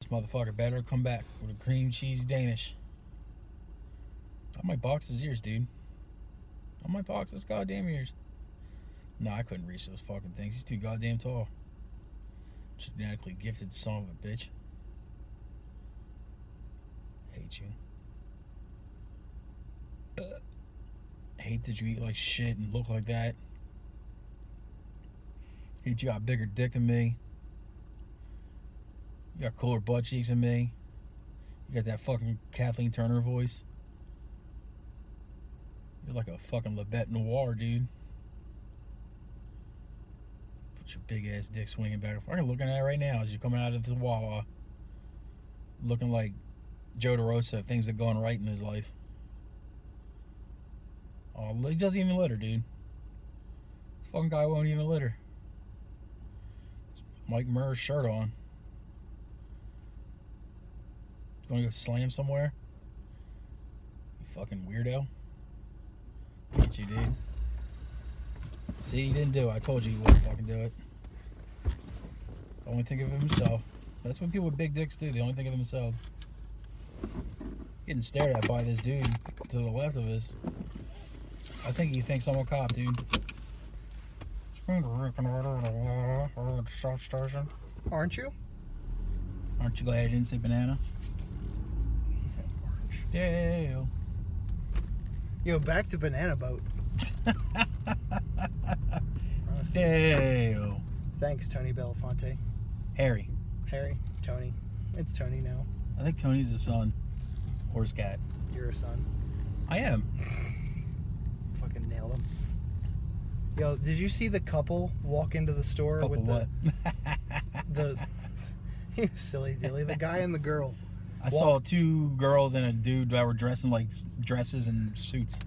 This motherfucker better come back with a cream cheese Danish. I might box his ears, dude. I might box his goddamn ears. No, I couldn't reach those fucking things. He's too goddamn tall. Genetically gifted son of a bitch. Hate you. Ugh. Hate that you eat like shit and look like that. Hate you got a bigger dick than me. You got cooler butt cheeks than me. You got that fucking Kathleen Turner voice. You're like a fucking Lebet Noir, dude. Put your big ass dick swinging back and forth. I'm looking at it right now as you're coming out of the Wawa. Looking like Joe DeRosa, things that gone right in his life. Oh, he doesn't even litter, dude. This fucking guy won't even litter. Mike Murr's shirt on. Gonna go slam somewhere? You fucking weirdo. Look at you, dude. See, he didn't do it. I told you he wouldn't fucking do it. They only think of himself. That's what people with big dicks do. They only think of themselves. Getting stared at by this dude to the left of us. I think he thinks I'm a cop, dude. Aren't Aren't you? you glad I didn't say banana? Yeah. Yo, back to banana boat. Honestly, Dale. Thanks, Tony Belafonte. Harry. Harry, Tony. It's Tony now. I think Tony's his son. Or his cat. You're a son. I am. Fucking nailed him. Yo, did you see the couple walk into the store Couple with what? the the you silly dilly, the guy and the girl. I saw two girls and a dude that were dressing like s- dresses and suits.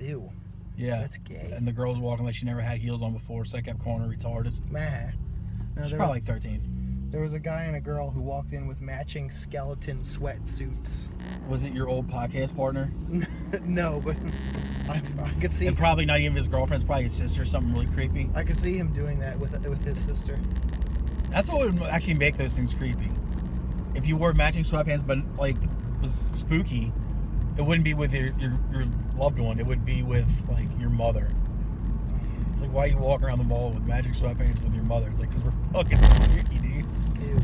Ew. Yeah. That's gay. And the girl's walking like she never had heels on before, so I kept calling her retarded. Meh. No, She's there, probably like 13. there was a guy and a girl who walked in with matching skeleton sweatsuits. Was it your old podcast partner? no, but I, I could see And probably not even his girlfriend. It's probably his sister. Something really creepy. I could see him doing that with with his sister. That's what would actually make those things creepy. If you wore matching sweatpants, but like was spooky, it wouldn't be with your, your your loved one. It would be with like your mother. It's like why you walk around the mall with magic sweatpants with your mother. It's like because we're fucking spooky, dude. Ew.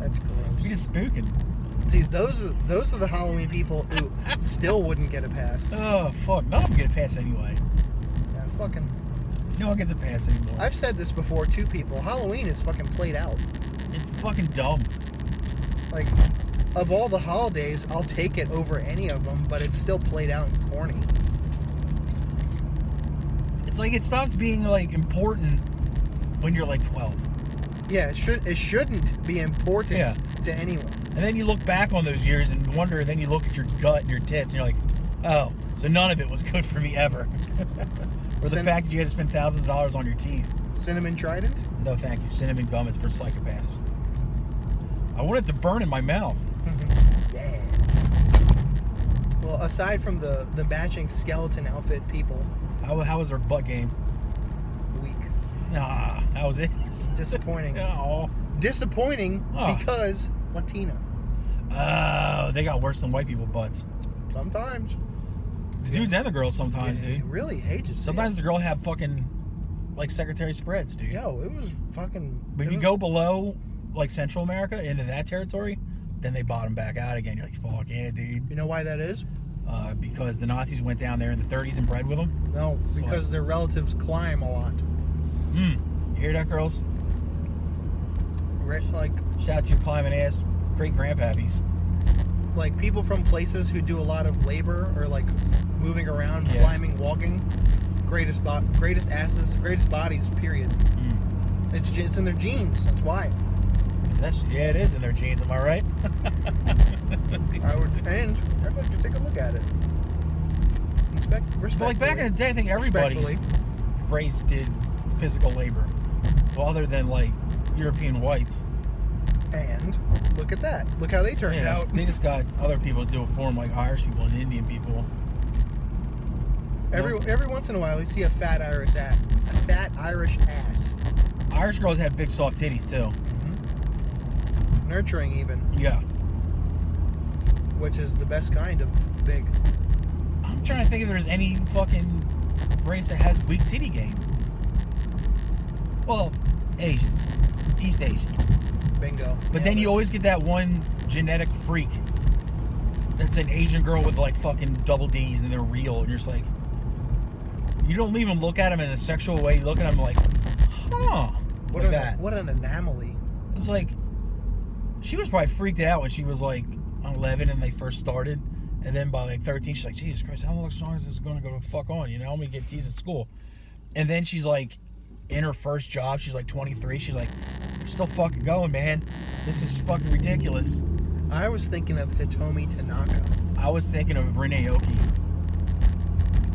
That's gross. We're just spooking. See, those are those are the Halloween people who still wouldn't get a pass. Oh fuck! None of them get a pass anyway. Yeah, fucking. No one gets a pass anymore. I've said this before too, people. Halloween is fucking played out. it's fucking dumb. Like, of all the holidays, I'll take it over any of them, but it's still played out and corny. It's like it stops being like important when you're like 12. Yeah, it should it shouldn't be important Yeah. to anyone. And then you look back on those years and wonder, and then you look at your gut and your tits, and you're like, oh, so none of it was good for me ever. or the Cin- fact that you had to spend thousands of dollars on your teeth. Cinnamon Trident. No, thank you. Cinnamon gum is for psychopaths. I want it to burn in my mouth. Yeah. Well, aside from the the matching skeleton outfit, people, How, how was her butt game? weak, Nah, that was it. disappointing, Oh, disappointing Ah. because Latina. oh, they got worse than white people butts. Sometimes. The dudes and the girls sometimes, Dude, I dude. really hated it. Sometimes the girl have fucking like secretary spreads, dude. Yo, it was fucking. But if it you was- go below like Central America into that territory, then they bottom back out again. You're like, fuck yeah, dude. You know why that is? Uh, because the Nazis went down there in the 30s and bred with them. No, because their relatives climb a lot. Mm. You hear that, girls? Right? Like, Shout out to your climbing ass great grandpappies. like people from places who do a lot of labor or like moving around, Yeah. climbing, walking. Greatest bo- greatest asses, greatest bodies. Period. Mm. It's ge- it's in their genes. That's why. Is that shit- yeah, it is in their genes. Am I right? I would, and everybody should take a look at it. Expect respect. But like back in the day, I think everybody's race did physical labor, well, other than like European whites. and look at that. Look how they turned Yeah, out. they just got other people to do it for them, like Irish people and Indian people. Every every once in a while, you see a fat Irish ass. A fat Irish ass. Irish girls had big soft titties too. nurturing even, Yeah. which is the best kind of big. I'm trying to think if there's any fucking race that has weak titty game. Well, Asians, East Asians. Bingo. But Yeah, then you always get that one genetic freak that's an Asian girl with like fucking double D's and they're real, and you're just like, you don't even look at them in a sexual way. You look at them like, huh? what like an, that? What an anomaly. It's like she was probably freaked out when she was like 11 and they first started, and then by like 13 she's like, Jesus Christ, how much longer is this going to go to fuck on? You know, I'm gonna get teased at school, and then she's like, in her first job, she's like 23. She's like, we're still fucking going, man. This is fucking ridiculous. I was thinking of Hitomi Tanaka. I was thinking of Rene Oki.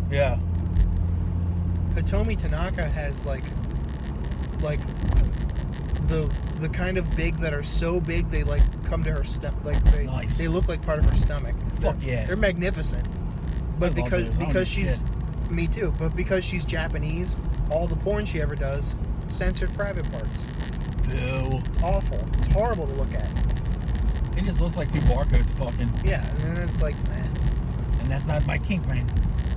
Yeah, Hitomi Tanaka has like like the the kind of big that are so big they like come to her stomach like they Nice. they look like part of her stomach. Fuck They're- yeah. They're magnificent. love But because those. I don't because give a she's me too, but because she's Japanese, all the porn she ever does censored private parts. boo. It's awful. It's horrible to look at. It just looks like two barcodes fucking, Yeah, and then it's like, eh, and that's not my kink, man.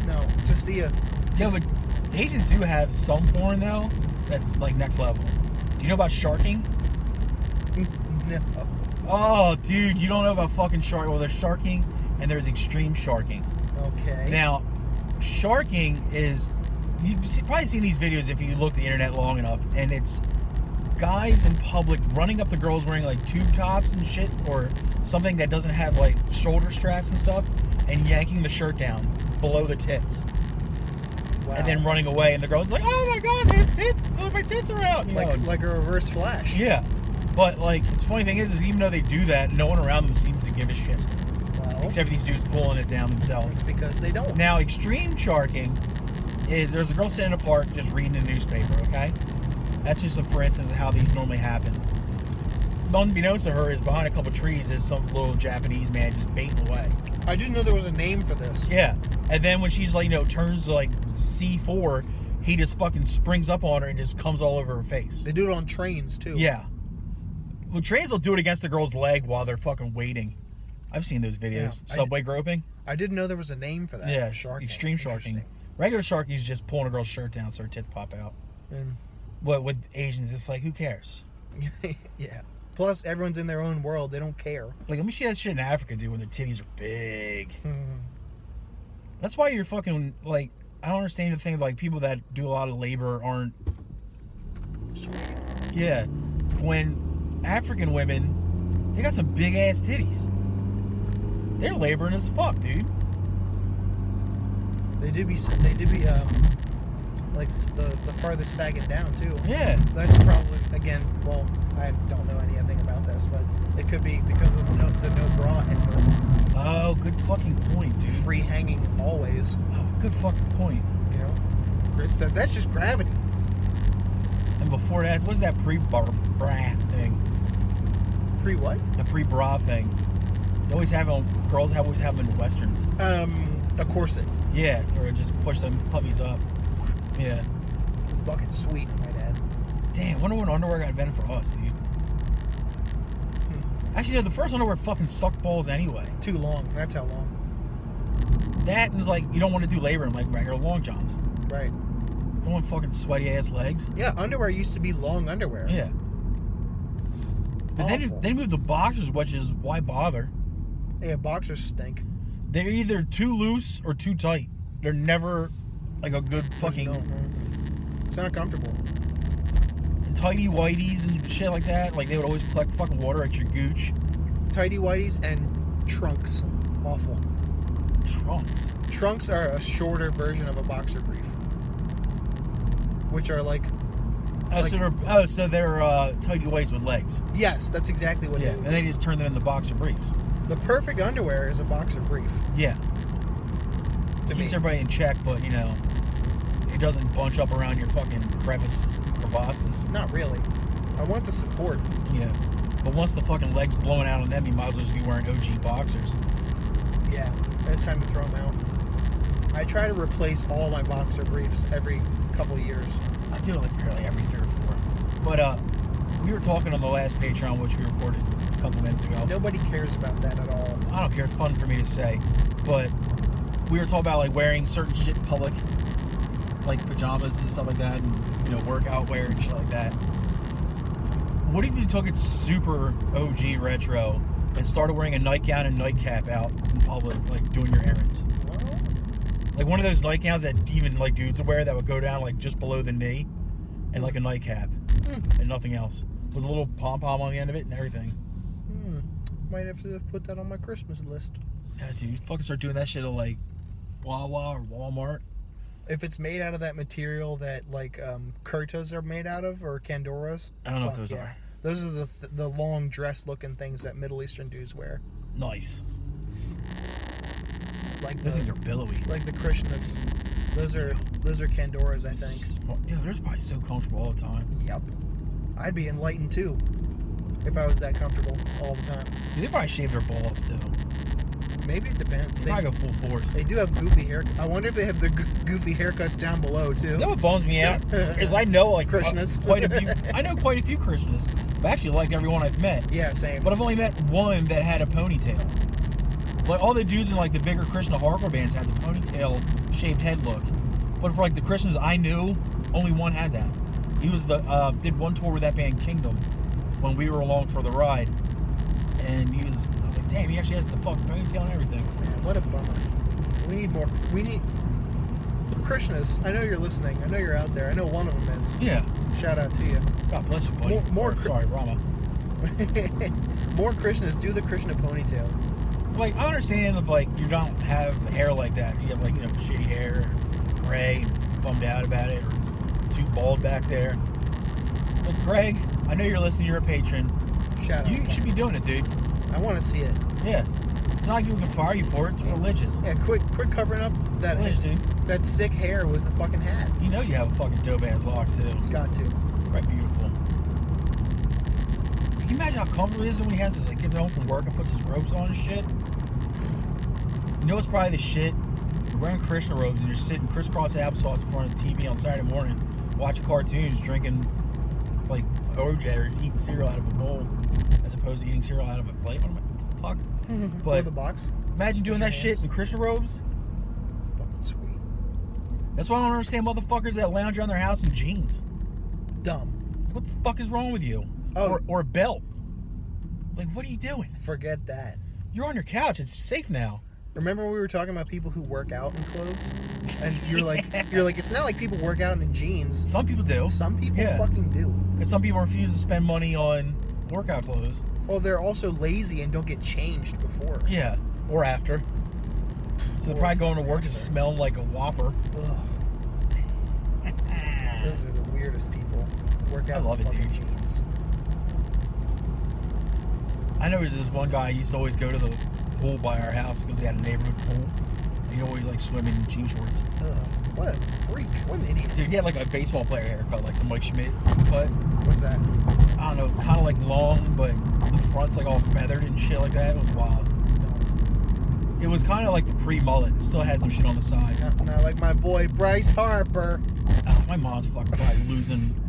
no, to see a Yeah, but Asians do have some porn though that's like next level. Do you know about sharking? no. Oh, dude, you don't know about fucking shark. Well, there's sharking and there's extreme sharking. Okay. Now, sharking is you've se- probably seen these videos if you look the internet long enough, and it's guys in public running up the girls wearing like tube tops and shit or something that doesn't have like shoulder straps and stuff, and yanking the shirt down below the tits. Wow. and then running away, and the girl's like, "Oh my god, there's tits! Look, my tits are out!" You like know, like a reverse flash. yeah. But like, the funny thing is, is even though they do that, no one around them seems to give a shit, Well, except these dudes pulling it down themselves. it's because they don't. Now, extreme sharking is there's a girl sitting in a park just reading a newspaper. Okay, that's just a for instance of how these normally happen. Unbeknownst to her, is behind a couple trees is some little Japanese man just baiting away. I didn't know there was a name for this. Yeah. And then when she's like, you know, turns to like C4, he just fucking springs up on her and just comes all over her face. They do it on trains too. Yeah. Well, trains will do it against the girl's leg while they're fucking waiting. I've seen those videos. Yeah, I- Subway groping. I didn't know there was a name for that. yeah. sharking. Extreme sharking. Interesting. Regular sharking is just pulling a girl's shirt down so her tits pop out. And- But with Asians, it's like, who cares? yeah. Plus, everyone's in their own world. They don't care. Like, let me see that shit in Africa, dude, when their titties are big. Hmm. That's why you're fucking, like, I don't understand the thing, like, people that do a lot of labor aren't Yeah. When African women, they got some big ass titties. They're laboring as fuck, dude. They do be. They do be. Um, like s- the the farthest sagging down too. Yeah. That's probably again. Well, I don't know anything about this, but it could be because of the no, the no bra and Oh, good fucking point, the dude. free hanging always. Oh, good fucking point. You know, It's- that- that's just gravity. And before that, what's that pre bra thing? Pre what? The pre bra thing. They always have on girls have always have them in westerns. Um, a corset. Yeah, or just push them puppies up. Yeah. Fucking sweet, I might add. Damn, wonder when underwear got invented for us, dude. Hmm. Actually, no, the first underwear fucking sucked balls anyway. Too long. That's how long. That and it's like you don't want to do labor in like regular long johns. Right. No one fucking sweaty ass legs. Yeah, underwear used to be long underwear. Yeah. But then Awful. they moved the boxers, which is why bother. Yeah, boxers stink. They're either too loose or too tight. They're never like a good fucking No. mhm. It's not comfortable. tidy whiteys and shit like that. Like they would always collect fucking water at your gooch. Tidy whities and trunks. Awful. Trunks. Trunks are a shorter version of a boxer brief. Which are like Oh, so they're oh, so they're uh, tidy whities with legs. yes, that's exactly what Yeah, they and would they just turn them into boxer briefs. The perfect underwear is a boxer brief. Yeah, To me. keeps everybody in check, but you know, it doesn't bunch up around your fucking crevices, crevasses. Not really. I want the support. Yeah. But once the fucking leg's blown out on them, you might as well just be wearing OG boxers. Yeah, it's time to throw them out. I try to replace all my boxer briefs every couple years. I do it like really every three or four. But uh we were talking on the last Patreon, which we recorded a couple minutes ago. Nobody cares about that at all. I don't care. It's fun for me to say, but we were talking about like wearing certain shit in public, like pajamas and stuff like that, and you know workout wear and shit like that. What if you took it super OG retro and started wearing a nightgown and nightcap out in public, like doing your errands, Well, like one of those nightgowns that even like dudes would wear that would go down like just below the knee, and like a nightcap Hmm. and nothing else, with a little pom pom on the end of it and everything. hmm. Might have to put that on my Christmas list. God, dude, you fucking start doing that shit at like Wawa or Walmart. If it's made out of that material that like um, kurtas are made out of or kandoras. I don't know what fuck those yeah. are. Those are the th- the long dress looking things that Middle Eastern dudes wear. Nice. Like Those things the, are billowy. like the Krishnas. Those are those are kandoras, I think. Yeah, they're probably so comfortable all the time. Yep. I'd be enlightened too if I was that comfortable all the time. Dude, they probably shave their balls too. Maybe it depends. They They, probably go full force. they do have goofy hair. I wonder if they have the g- goofy haircuts down below too. You know what bums me out is I know like quite- Krishnas. quite a few. I know quite a few Krishnas. I've actually liked everyone I've met, Yeah, same. but I've only met one that had a ponytail. Like all the dudes in like the bigger Krishna hardcore bands had the ponytail shaved head look, but for like the Krishnas I knew, only one had that. He was the uh, did one tour with that band Kingdom when we were along for the ride, and he was. I was like, damn, he actually has the fuck ponytail and everything. Man, what a bummer. We need more. We need Krishnas. I know you're listening. I know you're out there. I know one of them is. Yeah. Shout out to you. God bless you, buddy. More- more Or, cr- sorry, Rama. more Krishnas. Do the Krishna ponytail. Like I understand if like you don't have hair like that, you have like you know shitty hair, gray, bummed out about it, or too bald back there. But Greg, I know you're listening. You're a patron. Shout out. You should be doing it, dude. I want to see it. Yeah. It's not like people can fire you for it. It's religious. Yeah, quick, quick, covering up that Religious, dude. that sick hair with the fucking hat. You know you have a fucking dope ass locks too. It's got to. Right, beautiful. Can you imagine how comfortable it is when he has his, like, gets home from work and puts his robes on and shit? You know it's probably the shit. You're wearing Krishna robes and you're sitting crisscross applesauce in front of the TV on Saturday morning, watching cartoons, drinking like OJ or eating cereal out of a bowl, as opposed to eating cereal out of a plate. What, am I, what the fuck? Or the box. Imagine doing that shit in Krishna robes. Fucking sweet. That's why I don't understand motherfuckers that lounge around their house in jeans. Dumb. Like, what the fuck is wrong with you? Oh. Or, or a belt. Like, what are you doing? Forget that. You're on your couch. It's safe now. Remember when we were talking about people who work out in clothes? And you're like, you're like, it's not like people work out in jeans. Some people do. Some people Yeah. fucking do. Because some people refuse to spend money on workout clothes. Well, they're also lazy and don't get changed before. Yeah. Or after. So they're Or probably going to work just after. smelling like a whopper. Ugh, I those are the weirdest people. Work out. I love in it, fucking dude. Jeans. know there's this one guy. He used to always go to the pool by our house because we had a neighborhood pool. And he'd always like swim in jean shorts. Ugh, what a freak. What an idiot. Dude, he had like a baseball player haircut, like the Mike Schmidt cut. What's that? I don't know, it's kind of like long, but the front's like all feathered and shit like that. It was wild. Dumb. It was kind of like the pre mullet. It still had some shit on the sides. Not, not like my boy Bryce Harper. Ah, my mom's fucking probably losing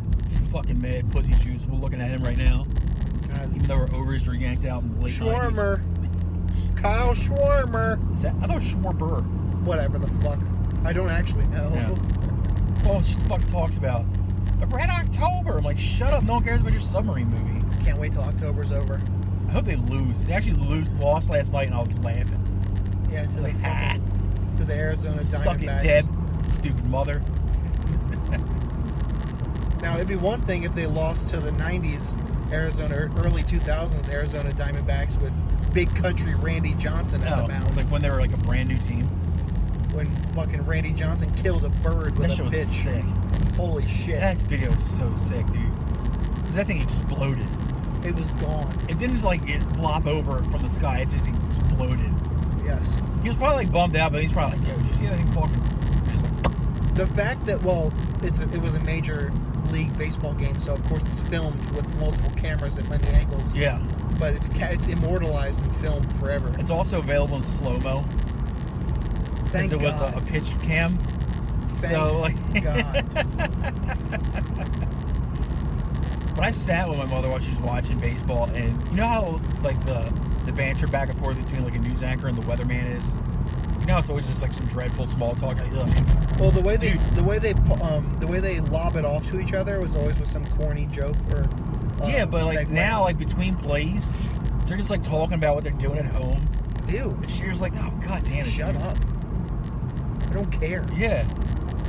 fucking mad pussy juice. We're looking at him right now, God, even though our ovaries were yanked out in the late 90s. Schwarmer. Kyle Schwarmer. Is that, I thought Schwarber. Whatever the fuck. I don't actually know. That's all she fucking talks about. The Red October. I'm like, shut up. No one cares about your submarine movie. Can't wait till October's over. I hope they lose. They actually lose, lost last night, and I was laughing. Yeah, I to the was like, ah, fucking, to the Arizona suck it, Diamondbacks. Deb. Stupid mother. Now it'd be one thing if they lost to the '90s Arizona, or early 2000s Arizona Diamondbacks with big country Randy Johnson at No, it the was mound Oh, like when they were like a brand new team. when fucking Randy Johnson killed a bird with That a shit was pitch. sick. Holy shit! That video is so sick, dude. 'Cause that thing exploded. It was gone. It didn't just like it flop over from the sky. It just exploded. Yes. He was probably like bummed out, but he's probably like, "Yo, did you see that thing fucking?" Just like, The fact that well, it's a, it was a major league baseball game, so of course it's filmed with multiple cameras at many angles. yeah. But it's ca- it's immortalized and filmed forever. It's also available in slow mo Thank since it was a, God. a pitched cam. Thank so like, God. But I sat with my mother while she's watching baseball, and you know how like the the banter back and forth between like a news anchor and the weatherman is. You know, how it's always just like some dreadful small talk. Like, ugh. Well, the way they Dude. the way they pu- um the way they lob it off to each other was always with some corny joke or uh, yeah, but like segue. now, like between plays, they're just like talking about what they're doing at home. ew, And Shear's like, oh god damn it, shut dude." up. I don't care. Yeah.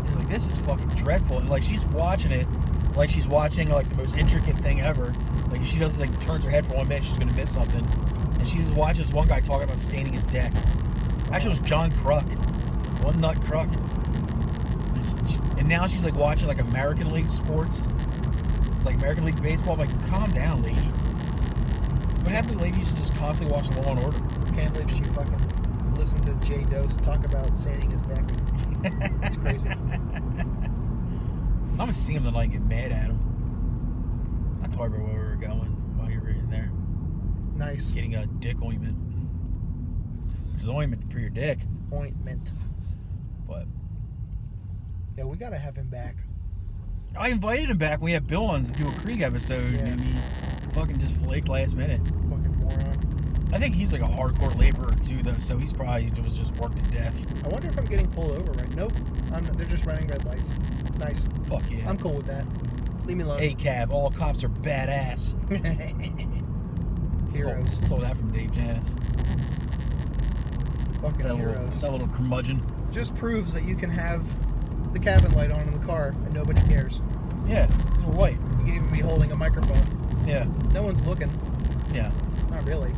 He's like, this is fucking dreadful. And like she's watching it, like she's watching like the most intricate thing ever. Like if she doesn't like turns her head for one minute, she's gonna miss something. And she's watching this one guy talking about staining his deck. Actually, it was John Cruck, one nut Cruck. And she- And now she's like watching like American League sports, like American League baseball. I'm like, calm down, lady. What happened, to lady? Used to just constantly watch Law and Order. Can't believe she fucking listened to Jay Dose talk about sanding his neck. It's crazy. I'm gonna see him tonight and get mad at him. I told her where we were going while you were in there nice getting a dick ointment, which is ointment for your dick. ointment. But Yeah, we gotta have him back. I invited him back. when We had Bill on to do a Krieg episode, and he fucking just flaked last minute. Fucking moron. I think he's like a hardcore laborer too, though, so he's probably was just worked to death. I wonder if I'm getting pulled over right. Nope. I'm. They're just running red lights. Nice. Fuck yeah. I'm cool with that. Leave me alone. A cab. All cops are badass. Stole, heroes. stole that from Dave Janis. Fucking That little, heroes. that little curmudgeon. Just proves that you can have the cabin light on in the car and nobody cares. Yeah, he's a little white. You can even be holding a microphone. Yeah, No one's looking. yeah. Not really.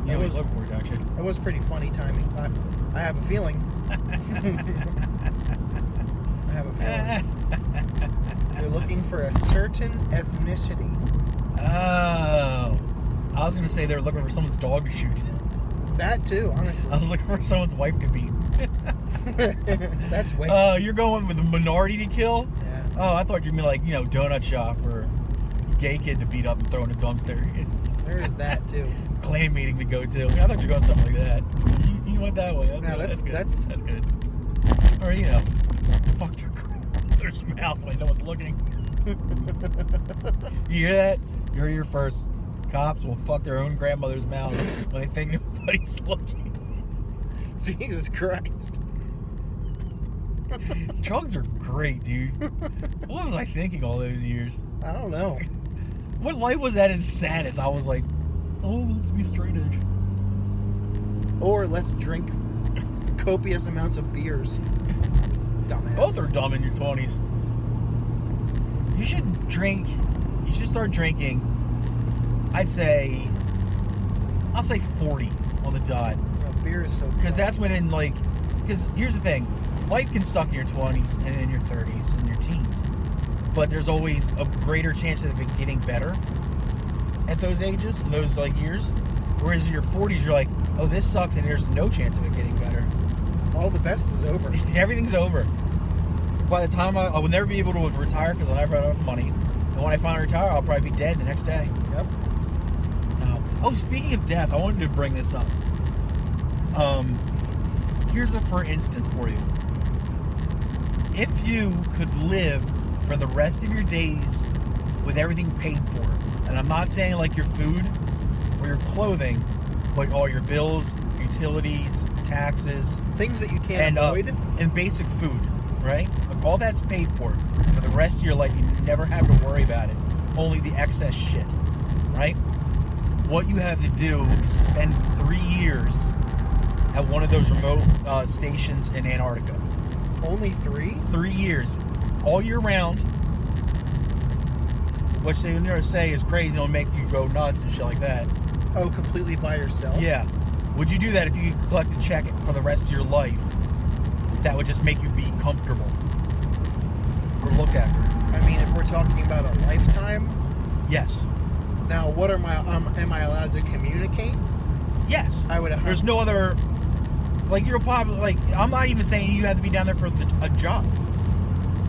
You know That what he's was- looking for, don't you? It was pretty funny timing. I, I have a feeling. I have a feeling. Oh. They're looking for a certain ethnicity. Oh. I was gonna say they were looking for someone's dog to shoot. That too, honestly. I was looking for someone's wife to beat. That's way. Oh, you're going with a minority to kill? Yeah. Oh, I thought you meant like, you know, donut shop or gay kid to beat up and throw in a dumpster. There is that too. Clan meeting to go to. I thought you were going something like that. You, you went that way. That's, No, good. that's- good. that's- that's good. Or you know, fuck their there's mouth when no one's looking. you hear that? You heard it here first. Cops will fuck their own grandmother's mouth when they think nobody's looking. Jesus Christ. Drugs are great, dude. what was I thinking all those years? I don't know. What life was that as sad as I was like, oh, let's be straight edge. Or let's drink copious amounts of beers. Dumbass. Both are dumb in your twenties. You should drink. You should start drinking. I'd say, I'll say forty on the dot, Yeah, beer is so. because that's when in like, because here's the thing, life can suck in your twenties and in your thirties and your teens, but there's always a greater chance of it getting better at those ages and those like years. Whereas your forties, you're like, oh, this sucks, and there's no chance of it getting better. all the best is over. Everything's over. By the time I, I will never be able to retire because I'll never have enough money. And when I finally retire, I'll probably be dead the next day. yep. No. Oh, speaking of death, I wanted to bring this up. Um, here's a for instance for you. If you could live for the rest of your days with everything paid for, and I'm not saying like your food or your clothing, but all your bills, utilities, taxes, Things that you can't and uh, avoid. and basic food, right? Like all that's paid for for the rest of your life. You never have to worry about it. Only the excess shit, right? What you have to do is spend three years at one of those remote uh, stations in Antarctica. Only three? Three years, all year round. Which they would never say is crazy. It'll make you go nuts and shit like that. Oh, completely by yourself? Yeah. Would you do that if you could collect a check for the rest of your life? That would just make you be comfortable or look after. I mean, if we're talking about a lifetime, Yes. now what are my um, am I allowed to communicate? Yes. I would have. There's no other. Like you're probably like I'm not even saying you have to be down there for the, a job.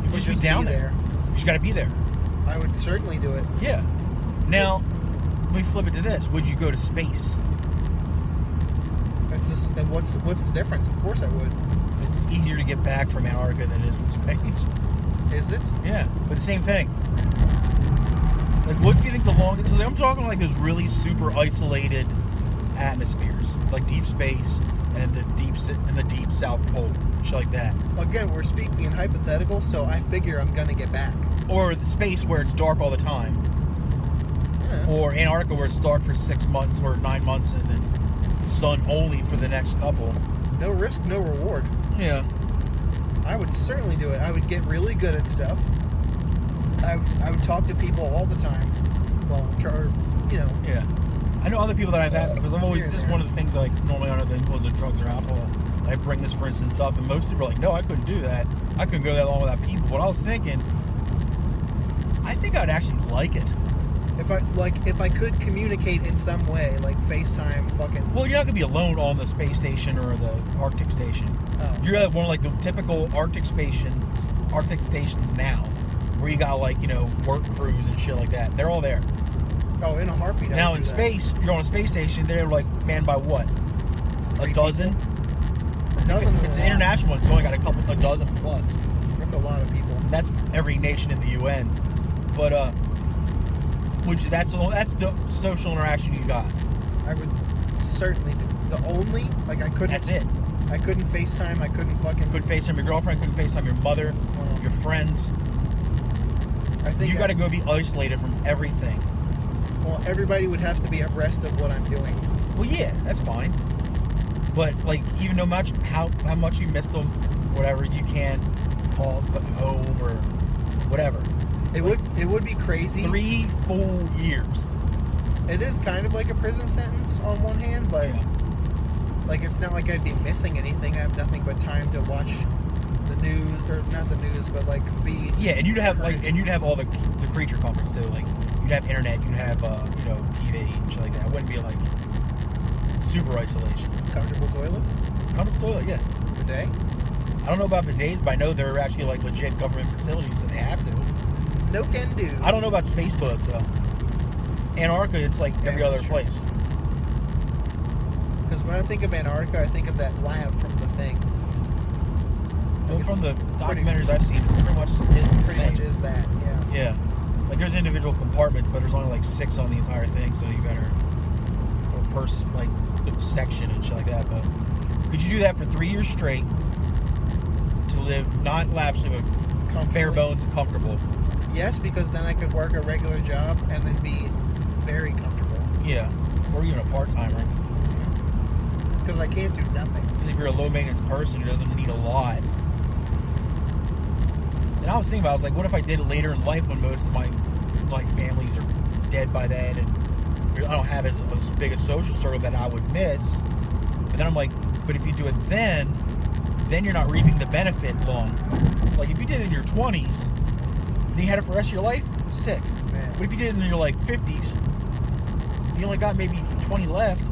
You would just, be down be there. You just got to be there. I would certainly do it. Yeah. Now, we flip it to this. Would you go to space? That's just and what's what's the difference? Of course I would. It's easier to get back from Antarctica than it is from space. Is it? Yeah, but the same thing. Like, what do you think the longest? Cause I'm talking like those really super isolated atmospheres, like deep space and the deep s- and the deep South Pole, shit like that, Again, we're speaking in hypothetical, so I figure I'm gonna get back. or the space where it's dark all the time, Yeah. or Antarctica where it's dark for six months or nine months and then sun only for the next couple. No risk, no reward. Yeah. I would certainly do it. I would get really good at stuff. I, I would talk to people all the time. Well, try, you know, Yeah. I know other people that I've had because I'm always Here, this is there. one of the things like normally under the influence of drugs or alcohol. I bring this for instance up and most people are like, No, I couldn't do that. I couldn't go that long without people. But I was thinking I think I'd actually like it. if I like, if I could communicate in some way, like FaceTime, fucking. Well, you're not gonna be alone on the space station or the Arctic station. Oh. You're at one of like the typical Arctic stations Arctic stations now, where you got like, you know, work crews and shit like that. They're all there. Oh, in a heartbeat. I now would in do that. space, you're on a space station, they're like manned by what? Three A people. dozen? A dozen. is It's a an lot. international one. It's only got a couple, a dozen plus. That's a lot of people. And that's every nation in the UN. But uh, which that's the that's the social interaction you got. I would certainly do. The only like I couldn't. That's it. I couldn't FaceTime. I couldn't fucking. Couldn't FaceTime your girlfriend. Couldn't FaceTime your mother, Wow. your friends. I think You I- got to go be isolated from everything. Well, everybody would have to be abreast of what I'm doing. Well, yeah, that's fine. But like, even no much how how much you miss them, whatever you can call them home or whatever. It would it would be crazy. Three full years. It is kind of like a prison sentence on one hand, but like it's not like I'd be missing anything. I have nothing but time to watch the news or not the news, but like be Yeah, and you'd have like, Correct. and you'd have all the the creature comforts too. Like, you'd have internet, you'd have uh, you know TV and shit like that. It wouldn't be like super isolation. comfortable toilet Comfortable toilet, yeah. a day. I don't know about bidets, but I know they're actually like legit government facilities, so they have to. No can do. I don't know about space toilets though. Antarctica, it's like every Yeah, other that's true. place. because when I think of Antarctica, I think of that lab from the thing. But It's from the pretty- documentaries I've seen, it's pretty much is the Pretty same. much is that. Yeah. Yeah, like there's individual compartments, but there's only like six on the entire thing, so you better or per s- like the section and shit like that. But could you do that for three years straight to live not lavishly but bare Comfortably. bones and comfortable? Yes, because then I could work a regular job and then be very comfortable. Yeah, or even a part timer. Because Mm-hmm. I can't do nothing. Because if you're a low maintenance person who doesn't need a lot. And I was thinking about, it, I was like, what if I did it later in life when most of my like families are dead by then, and I don't have as, as big a social circle that I would miss. But then I'm like, but if you do it then, then you're not reaping the benefit long. Like if you did it in your 20s, and you had it for the rest of your life, sick. Man. But if you did it in your like 50s, you only got maybe 20 left.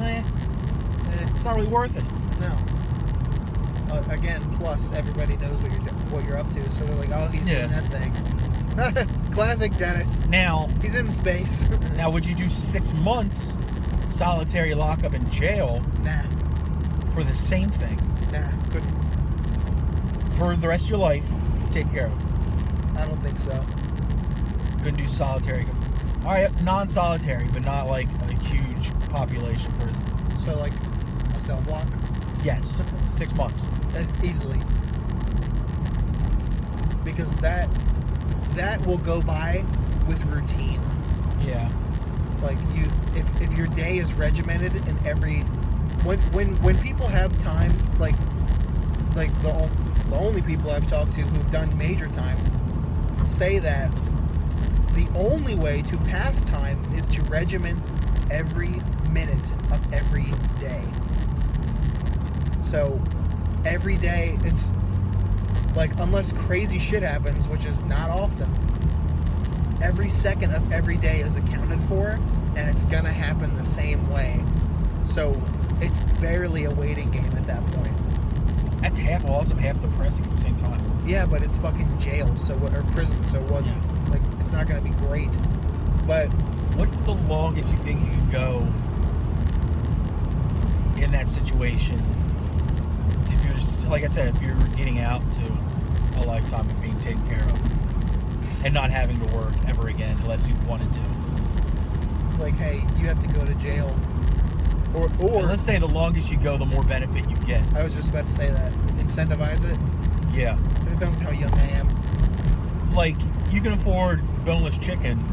Eh, Eh, it's not really worth it. no. Uh, again, plus everybody knows what you're do- what you're up to, so they're like, "Oh, he's Yeah. doing that thing." Classic Dennis. Now, He's in space. now, would you do six months solitary lockup in jail nah, for the same thing nah, couldn't. for the rest of your life? Take care of. I don't think so. Couldn't do solitary. All right, non-solitary, but not like a huge population prison. So like, a cell block, Yes, six months. as easily, because that that will go by with routine. Yeah, like you if, if your day is regimented and every when when when people have time like like the, o- the only people i've talked to who've done major time say that the only way to pass time is to regiment every minute of every day so every day it's like unless crazy shit happens which is not often every second of every day is accounted for and it's gonna happen the same way so it's barely a waiting game at that point that's half awesome, half depressing at the same time. yeah but it's fucking jail so what or prison so what Yeah. like it's not gonna be great but What's the longest you think you can go in that situation? If you're just, like I said, if you're getting out to a lifetime of being taken care of and not having to work ever again unless you wanted to. It's like, hey, you have to go to jail. Or, Or or let's say the longest you go, the more benefit you get. I was just about to say that incentivize it. Yeah. It depends on how young I am. Like, you can afford boneless chicken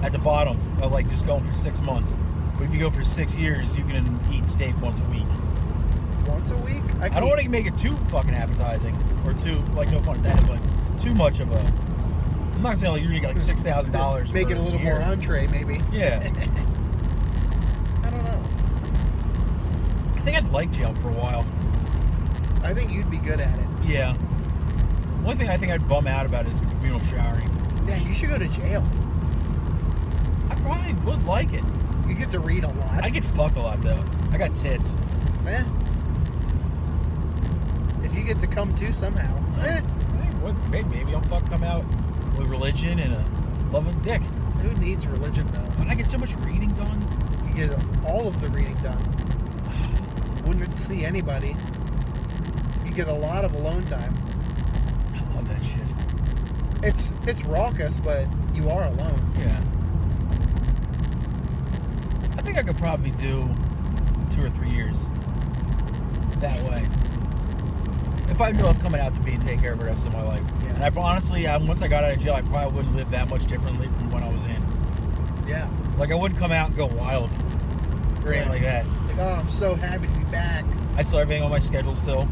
at the bottom of like just going for six months. But if you go for six years, you can eat steak once a week. Once a week, I, I don't want to make it too fucking appetizing or too, like, no pun intended, but too much of a. I'm not saying like you're gonna get like $6,000. make per it a little year. more entree, maybe. Yeah. I don't know. I think I'd like jail for a while. I think you'd be good at it. Yeah. One thing I think I'd bum out about is communal showering. Damn, you should go to jail. I probably would like it. You get to read a lot. I get fucked a lot though. I got tits. Eh. If you get to come too somehow, Hey, eh, what- may- Maybe I'll fuck come out with religion and a love of dick. who needs religion though? But I get so much reading done. You get all of the reading done. Wouldn't have to see anybody. You get a lot of alone time. I love that shit. It's it's raucous, but you are alone. Yeah. I think I could probably do two or three years that way. If I knew I was coming out to be and take care of the rest of my life. Yeah. And I pro- honestly, I, once I got out of jail, I probably wouldn't live that much differently from when I was in. Yeah. Like, I wouldn't come out and go wild or anything like that. Like, oh, I'm so happy to be back. I'd still everything on my schedule still.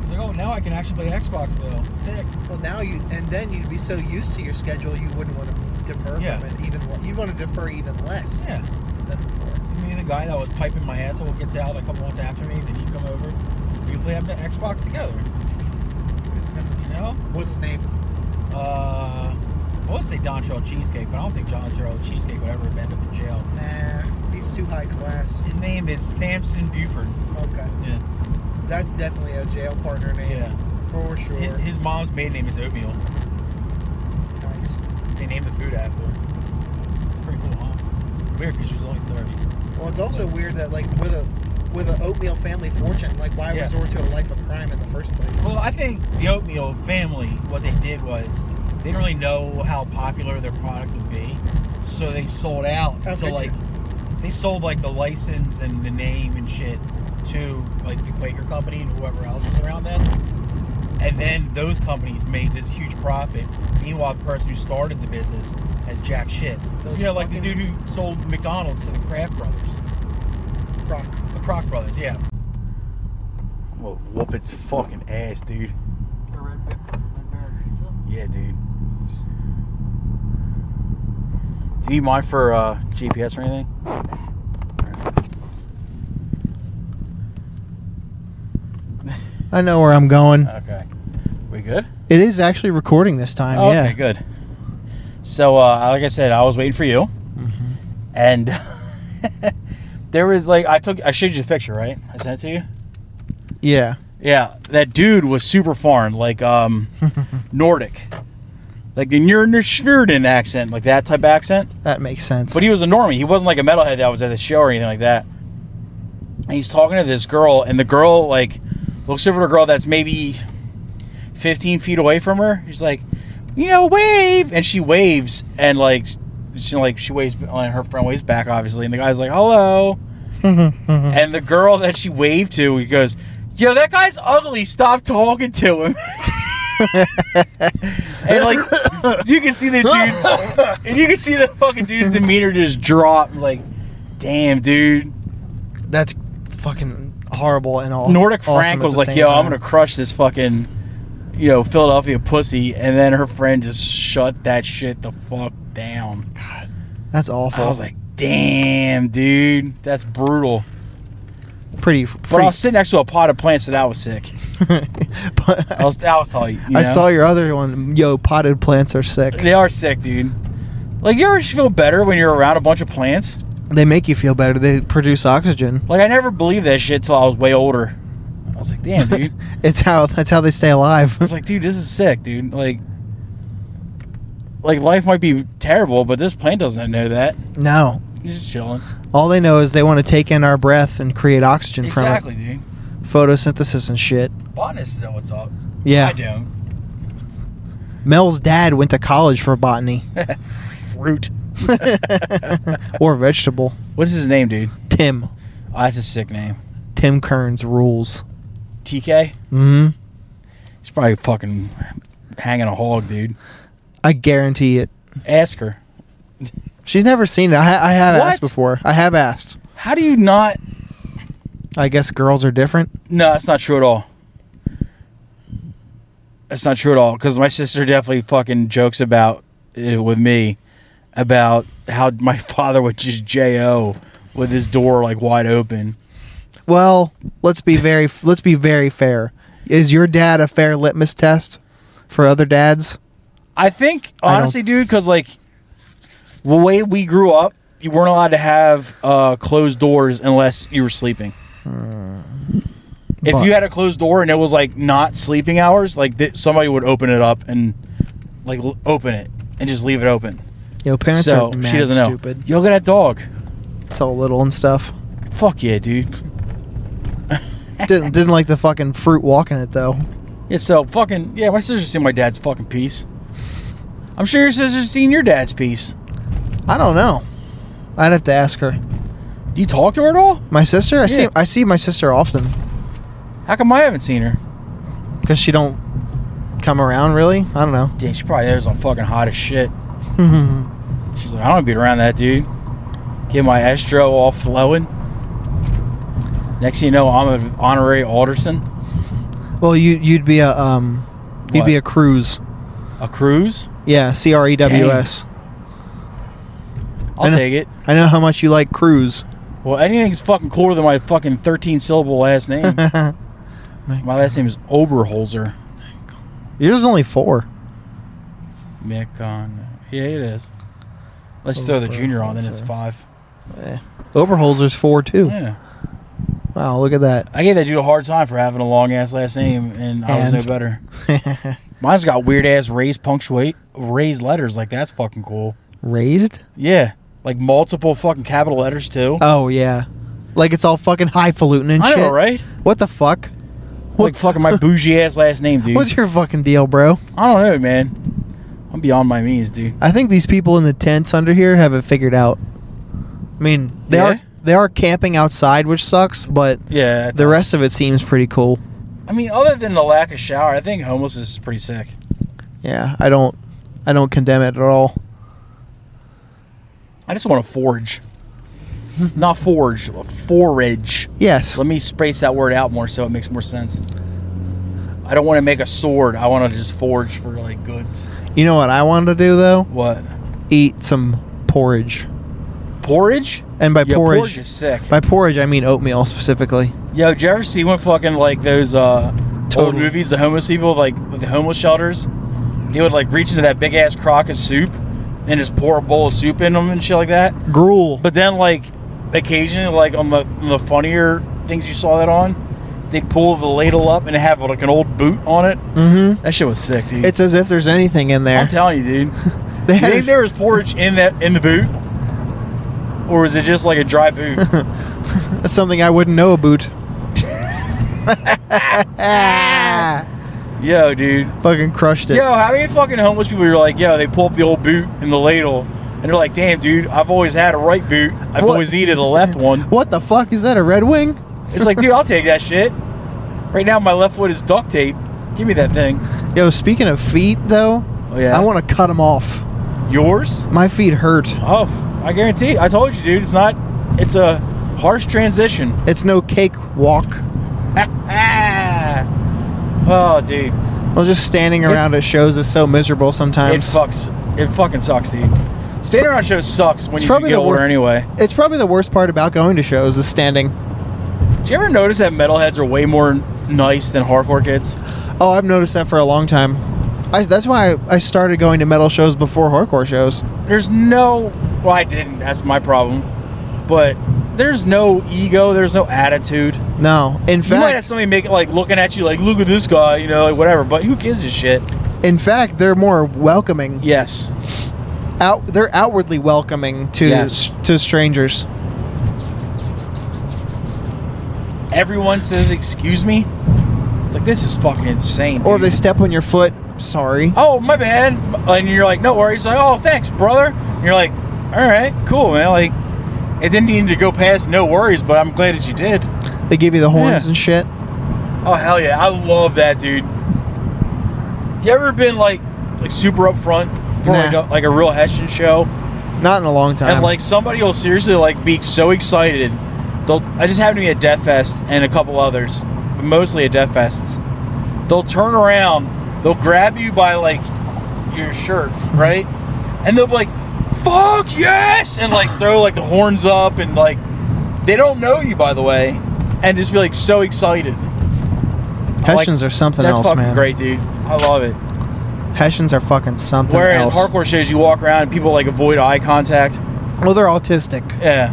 It's like, oh, now I can actually play Xbox though. Sick. Well, now you and then you'd be so used to your schedule, you wouldn't want to defer Yeah. from it even. le- You'd want to defer even less Yeah. than before. You mean the guy that was piping my ass off gets out like, a couple months after me, then you come over, we can play on the Xbox together. You know? What's his name? Uh, I would say Don Cheryl Cheesecake, but I don't think Don Cheryl Cheesecake would ever end up in jail. Nah, he's too high class. His name is Samson Buford. Okay, Yeah. that's definitely a jail partner name. Yeah. for sure. His, his mom's maiden name is Oatmeal. nice. They named the food after her. It's pretty cool, huh? It's weird because she was only 30. Well, it's also weird that like with a with an oatmeal family fortune, like why Yeah. resort to a life of crime in the first place? Well, I think the oatmeal family, what they did was they didn't really know how popular their product would be, so they sold out How could to you? like they sold like the license and the name and shit to like the Quaker company and whoever else was around then. And then those companies made this huge profit. Meanwhile, the person who started the business has jack shit. Those you know, like the fucking- dude who sold McDonald's to the Kraft brothers, Croc. the Kroc brothers. Yeah. Well, whoop its fucking ass, dude. Yeah, dude. Do you need mine for uh, GPS or anything? I know where I'm going. Okay. We good? It is actually recording this time. Oh, Okay, good. So, uh, like I said, I was waiting for you, and there was like I took I showed you the picture, right? I sent it to you. Yeah. Yeah, that dude was super foreign, like um, Nordic, like the Nürnberg accent, like that type of accent. That makes sense. But he was a normie. He wasn't like a metalhead that was at the show or anything like that. And he's talking to this girl, and the girl like looks over to a girl that's maybe 15 feet away from her. He's like, you know, wave, and she waves, and like she like she waves, and her friend waves back, obviously, and the guy's like, hello, and the girl that she waved to, he goes, yo, that guy's ugly. Stop talking to him. and like you can see the dude's and you can see the fucking dude's demeanor just drop like damn dude That's fucking horrible and all. nordic awesome frank at was the like same yo i'm time. gonna crush this fucking you know philadelphia pussy and then her friend just shut that shit the fuck down That's awful. i was like damn dude that's brutal pretty. but i was pretty sitting next to a pot of plants that i was sick but i was i was tall you know? I saw your other one. Yo, potted plants are sick. they are sick dude like you ever feel better when you're around a bunch of plants They make you feel better. They produce oxygen. Like I never believed that shit till I was way older. I was like, damn, dude. It's how that's how they stay alive. I was like, dude, this is sick, dude. Like, like life might be terrible, but this plant doesn't know that. no, He's just chilling. all they know is they want to take in our breath and create oxygen Exactly, dude. from it. Photosynthesis and shit. Botanists know what's up. I Yeah. don't. Mel's dad went to college for botany Fruit. or vegetable. What's his name, dude? Tim. Oh, that's a sick name. Tim Kearns rules. TK. hmm He's probably fucking hanging a hog, dude. I guarantee it. Ask her. She's never seen it. I, ha- I have What? asked before. I have asked. How do you not? I guess girls are different. No, that's not true at all. That's not true at all. Because my sister definitely fucking jokes about it with me about how my father would just jo with his door like wide open. Well, let's be very let's be very fair. Is your dad a fair litmus test for other dads? I think I don't- honestly, dude, because like the way we grew up, you weren't allowed to have uh, closed doors unless you were sleeping. if but- you had a closed door and it was like not sleeping hours, like th- somebody would open it up and like l- open it and just leave it open. Yo, parents so are mad she doesn't know. stupid. Yo, look at that dog. It's all little and stuff. Fuck yeah, dude. didn't didn't like the fucking fruit walking it though. Yeah, so fucking yeah. My sister's seen my dad's fucking piece. I'm sure your sister's seen your dad's piece. I don't know. I'd have to ask her. Do you talk to her at all? My sister, I see Yeah. I see my sister often How come I haven't seen her? because she don't come around really. I don't know. Dude, she probably there's on fucking hot as shit. She's like, I don't want to be around that dude. Get my estro all flowing. Next thing you know, I'm an honorary Alderson. well, you you'd be a um, you'd be a What? cruise. A cruise? Yeah, C R E W S. I I'll know. take it. I know how much you like cruise. Well, anything's fucking cooler than my fucking 13 syllable last name. my last name is Oberholzer. Yours is only four. Mick on. Yeah, it is. Let's throw the junior on, then it's Oberholzer. five. Oberholzer's four too. Yeah. Wow, look at that. I gave that dude a hard time for having a long ass last name, and I was no And? better. Mine's got weird ass raised punctuate, raised letters. Like that's fucking cool. Raised? Yeah, like multiple fucking capital letters too. Oh yeah, like it's all fucking highfalutin and I shit. know, right? What the fuck? Like fucking my bougie ass last name, dude. What's your fucking deal, bro? I don't know, man. I'm beyond my means, dude. I think these people in the tents under here have it figured out. I mean, they Yeah? are they are camping outside, which sucks, but Yeah. the rest of it seems pretty cool. I mean, other than the lack of shower, I think homelessness is pretty sick. Yeah, I don't I don't condemn it at all. I just want to forge, not forge, forage. Yes. Let me space that word out more so it makes more sense. I don't want to make a sword. I want to just forge for like goods. You know what I wanted to do though? What? Eat some porridge. Porridge? And by Yeah, porridge, porridge is sick. by porridge I mean oatmeal specifically. Yo, did you ever see when fucking like those uh old Totally. movies, the homeless people, like with the homeless shelters, they would like reach into that big ass crock of soup and just pour a bowl of soup in them and shit like that. Gruel. But then like occasionally, like on the on the funnier things you saw that on, they'd pull the ladle up and have like an old boot on it. mm-hmm. That shit was sick, dude. It's as if there's anything in there. I'm telling you, dude. They You had think a- there was porridge in that in the boot, or was it just like a dry boot? That's something I wouldn't know about. Ah, yo, dude. fucking crushed it. Yo, how many fucking homeless people are like, yo, they pull up the old boot and the ladle, and they're like, damn, dude, I've always had a right boot. I've What? always needed a left one. What the fuck is that? A red wing? It's like, dude, I'll take that shit. Right now, my left foot is duct tape. Give me that thing. Yo, speaking of feet though, Oh, yeah? I want to cut them off. Yours? My feet hurt. Oh, f- I guarantee. I told you, dude. It's not. It's a harsh transition. It's no cake walk. oh, dude. Well, just standing around at shows is so miserable It sometimes. sucks. It fucking sucks, dude. Standing around shows sucks when It's you probably get the older wor- anyway. It's probably the worst part about going to shows is standing. Do you ever notice that metalheads are way more nice than hardcore kids? Oh, I've noticed that for a long time. I, that's why I, I started going to metal shows before hardcore shows. There's no. Well, I didn't. That's my problem. But there's no ego. There's no attitude. No, You in might have fact, somebody make it like looking at you like, look at this guy, you know, like whatever. But who gives a shit? in fact, they're more welcoming. Yes. Out, they're outwardly welcoming to Yes. to strangers. Everyone says, excuse me. It's like this is fucking insane. Or if dude. they step on your foot, sorry. oh my bad, and you're like, no worries. Like, oh thanks, brother. And you're like, all right, cool, man. Like, it didn't need to go past no worries, but I'm glad that you did. They give you the horns Yeah. and shit. Oh hell yeah, I love that, dude. You ever been like like super up front for Nah. like, a, like a real Hessian show? Not in a long time. And like somebody will seriously like be so excited. They'll I just happened to be at Death Fest and a couple others, but mostly at Death Fests. They'll turn around, they'll grab you by like your shirt, Mm-hmm. right? and they'll be like, "Fuck yes!" and like throw like the horns up and like they don't know you by the way, and just be like so excited. Hessians are something That's else, fucking man. great, dude. I love it. Hessians are fucking something Whereas else. hardcore shows, you walk around and people like avoid eye contact. well, they're autistic. Yeah.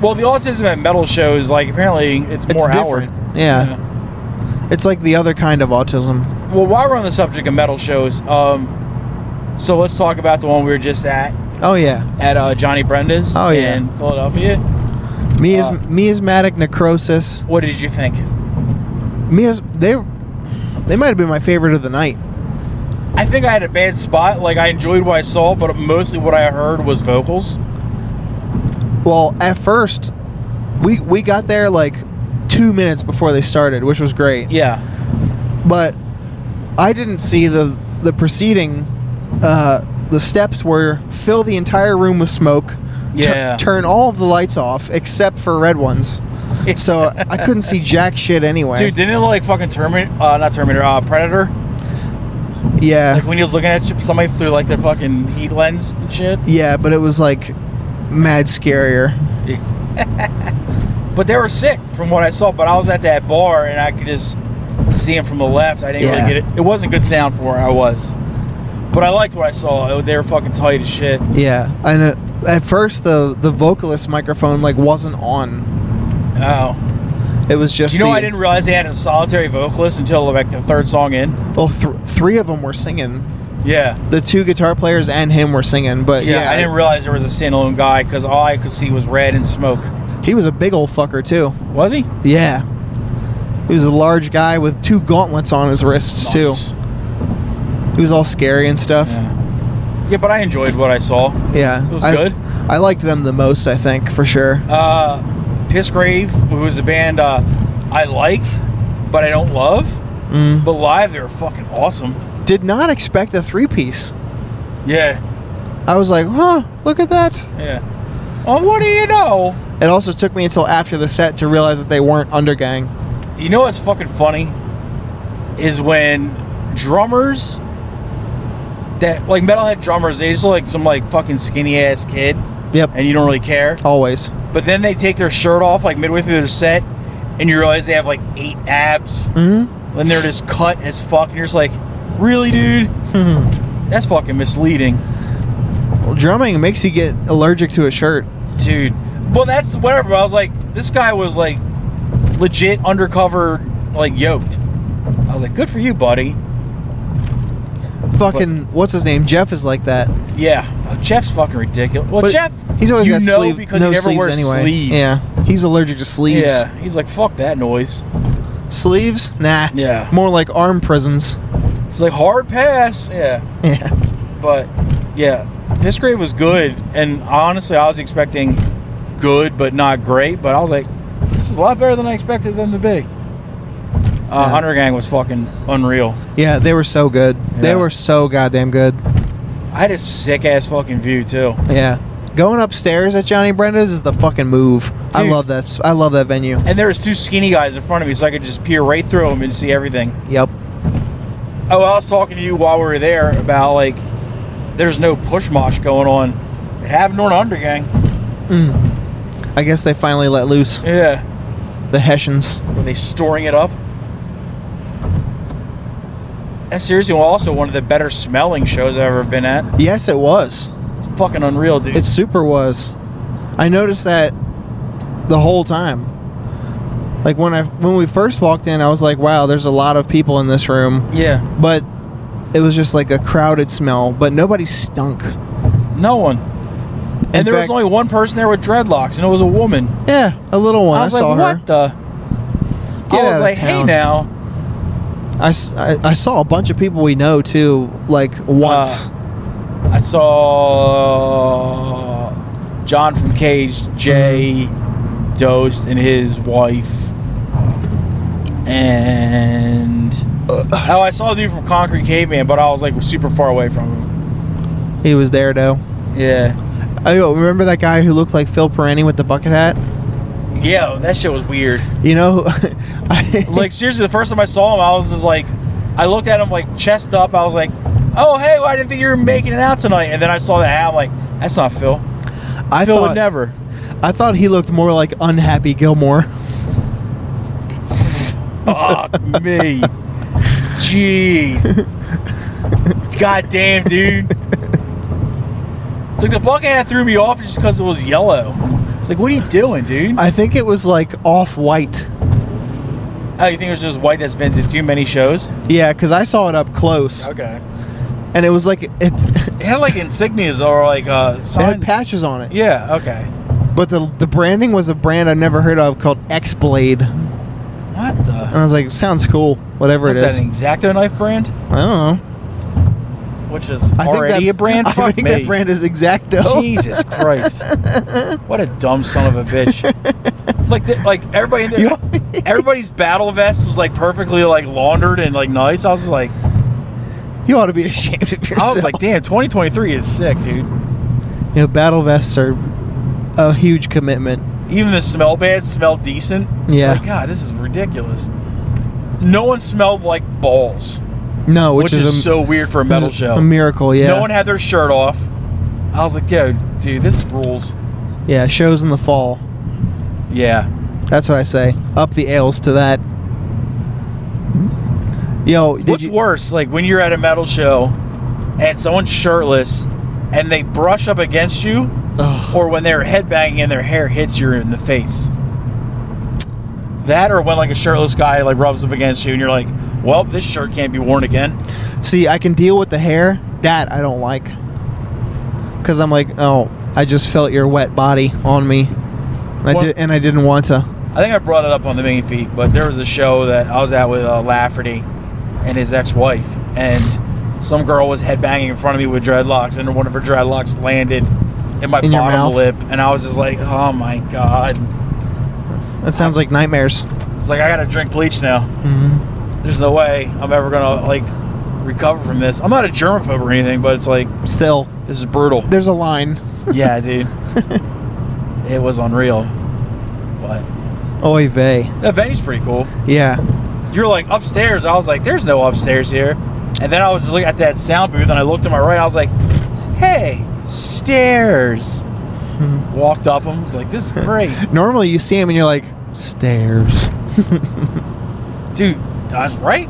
Well, the autism at metal shows, like apparently it's It's more outward. different. Yeah. it's like the other kind of autism. Well, while we're on the subject of metal shows, um, so let's talk about the one we were just at Oh yeah, at uh, Johnny Brenda's Oh, yeah. in Philadelphia. Mias- Uh, miasmatic necrosis. What did you think? Mias they they might have been my favorite of the night. I think I had a bad spot. Like I enjoyed what I saw, but mostly what I heard was vocals. Well, at first, we we got there like two minutes before they started, which was great. Yeah. But I didn't see the the proceeding. Uh, the steps were fill the entire room with smoke. tu- Yeah. turn all of the lights off except for red ones. So I couldn't see jack shit anyway. Dude, didn't it look like fucking Terminator? Uh, not Terminator. Uh, Predator. yeah. Like when he was looking at you, somebody through like their fucking heat lens and shit. Yeah, but it was like mad scarier. But they were sick from what I saw. But I was at that bar and I could just see them from the left. I didn't Yeah. really get it. It wasn't good sound for where I was. But I liked what I saw. They were fucking tight as shit. Yeah, and uh at first the the vocalist microphone like wasn't on. Oh. It was just You know, the- I didn't realize they had a solitary vocalist until like the third song in. Well, th- three of them were singing. Yeah. The two guitar players and him were singing, but Yeah. yeah, I didn't realize there was a standalone guy because all I could see was red and smoke. he was a big old fucker too. Was he? Yeah, he was a large guy with two gauntlets on his wrists Nice. too. He was all scary and stuff. Yeah, Yeah. yeah, but I enjoyed what I saw. It was I, good. I liked them the most, I think, for sure. uh, Pissgrave, who is a band uh, I like, but I don't love. Mm. But live, they were fucking awesome. Did not expect a three piece. Yeah, I was like, huh, look at that. yeah. Well, what do you know? It also took me until after the set to realize that they weren't undergang. You know what's fucking funny is when drummers that like metalhead drummers, they just look like some like fucking skinny ass kid, Yep, and you don't really care. always. But then they take their shirt off like midway through their set, and you realize they have like eight abs, hmm and they're just cut as fuck, and you're just like, really, dude? That's fucking misleading, Well, drumming makes you get allergic to a shirt. dude. Well, that's whatever. but I was like, this guy was like legit undercover, like yoked. I was like, good for you, buddy. Fucking what's his name? Jeff is like that. Yeah, Oh, Jeff's fucking ridiculous. Well, But Jeff, He's always you got know sleeve- because no he never sleeves wears anyway. sleeves. Yeah, he's allergic to sleeves. yeah. He's like, fuck that noise. Sleeves? Nah. Yeah, More like arm prisons. it's like hard pass. Yeah. Yeah. But yeah, Pissgrave was good, and honestly, I was expecting good but not great. But I was like, this is a lot better than I expected them to be. Uh, Yeah. Hunter Gang was fucking unreal. Yeah, they were so good. They Yeah. were so goddamn good. I had a sick ass fucking view too. Yeah. Going upstairs at Johnny Brenda's is the fucking move. I Dude. love that. I love that venue. And there was two skinny guys in front of me, so I could just peer right through them and see everything. Yep. Oh, I was talking to you while we were there about like, there's no push mosh going on at Havn or Undergang. Mm. I guess they finally let loose Yeah, the Hessians. Were they storing it up? That's seriously also one of the better smelling shows I've ever been at. Yes, it was. It's fucking unreal, dude. It super was. I noticed that the whole time. Like when I when we first walked in, I was like, "Wow, there's a lot of people in this room," yeah. but it was just like a crowded smell. But nobody stunk. No one. And In there fact- was only one person there with dreadlocks, and it was a woman. Yeah, a little one. I I, was saw like, her. what the? I Get out was of like, town. hey now. I, s- I- I saw a bunch of people we know too, like Uh. once. I saw uh, John from Cage, Jay Dost, and his wife, and Uh, oh, I saw a dude from Concrete Caveman, but I was like super far away from him. he was there though. Yeah, Oh, remember that guy who looked like Phil Perini with the bucket hat? yeah, that shit was weird. You know, I, like seriously, the first time I saw him, I was just like, I looked at him like chest up. I was like, oh hey, well, I didn't think you were making it out tonight. And then I saw the hat. I'm like, that's not Phil. I Phil thought would never. I thought he looked more like unhappy Gilmore. Fuck me. Jeez. God damn, dude. Like the bucket hat threw me off just because it was yellow. It's like, what are you doing, dude? I think it was like off white. How Oh, you think it was just white that's been to too many shows? Yeah, because I saw it up close, Okay. and it was like it's it It had like insignias or like uh had sign. patches on it. yeah. Okay. But the the branding was a brand I never heard of called X Blade, and What the? I was like, sounds cool, whatever What's it is. that? An Exacto knife brand? I don't know. Which is I already that, a brand. I Fuck think me. that brand is Exacto. Jesus Christ! What a dumb son of a bitch! Like, the, like everybody in there, everybody's battle vest was like perfectly like laundered and like nice. I was like, you ought to be ashamed of yourself. I was like, damn, 2023 is sick, dude. you know, battle vests are a huge commitment. Even the smell bad smelled decent. Yeah. Like, God, this is ridiculous. No one smelled like balls, No, which, which, is, a, so weird for a metal is show. A miracle, yeah. No one had their shirt off. I was like, yo, dude, this rules. yeah, shows in the fall. Yeah. That's what I say. Up the ales to that. Yo, did What's you, worse, like when you're at a metal show and someone's shirtless and they brush up against you, Ugh. or when they're headbanging and their hair hits you in the face? That, or when like a shirtless guy like rubs up against you and you're like, "Well, this shirt can't be worn again." see, I can deal with the hair. That I don't like. Cause I'm like, oh, I just felt your wet body on me, and I Well- did, and I didn't want to. I think I brought it up on the main feed, but there was a show that I was at with uh, Lafferty and his ex-wife, and some girl was headbanging in front of me with dreadlocks, and one of her dreadlocks landed in my In your mouth? bottom lip, and I was just like, "Oh my god." That sounds like nightmares. It's like I gotta drink bleach now. hmm There's no way I'm ever gonna like recover from this. I'm not a germaphobe or anything, but it's like Still, this is brutal. there's a line. yeah, dude. It was unreal. But Oy vey. that venue's pretty cool. Yeah. You're like upstairs. I was like, there's no upstairs here. And then I was looking at that sound booth and I looked to my right. I was like, hey, stairs. Walked up them. Was like, this is great, Normally, you see him and you're like, stairs. dude. I was right.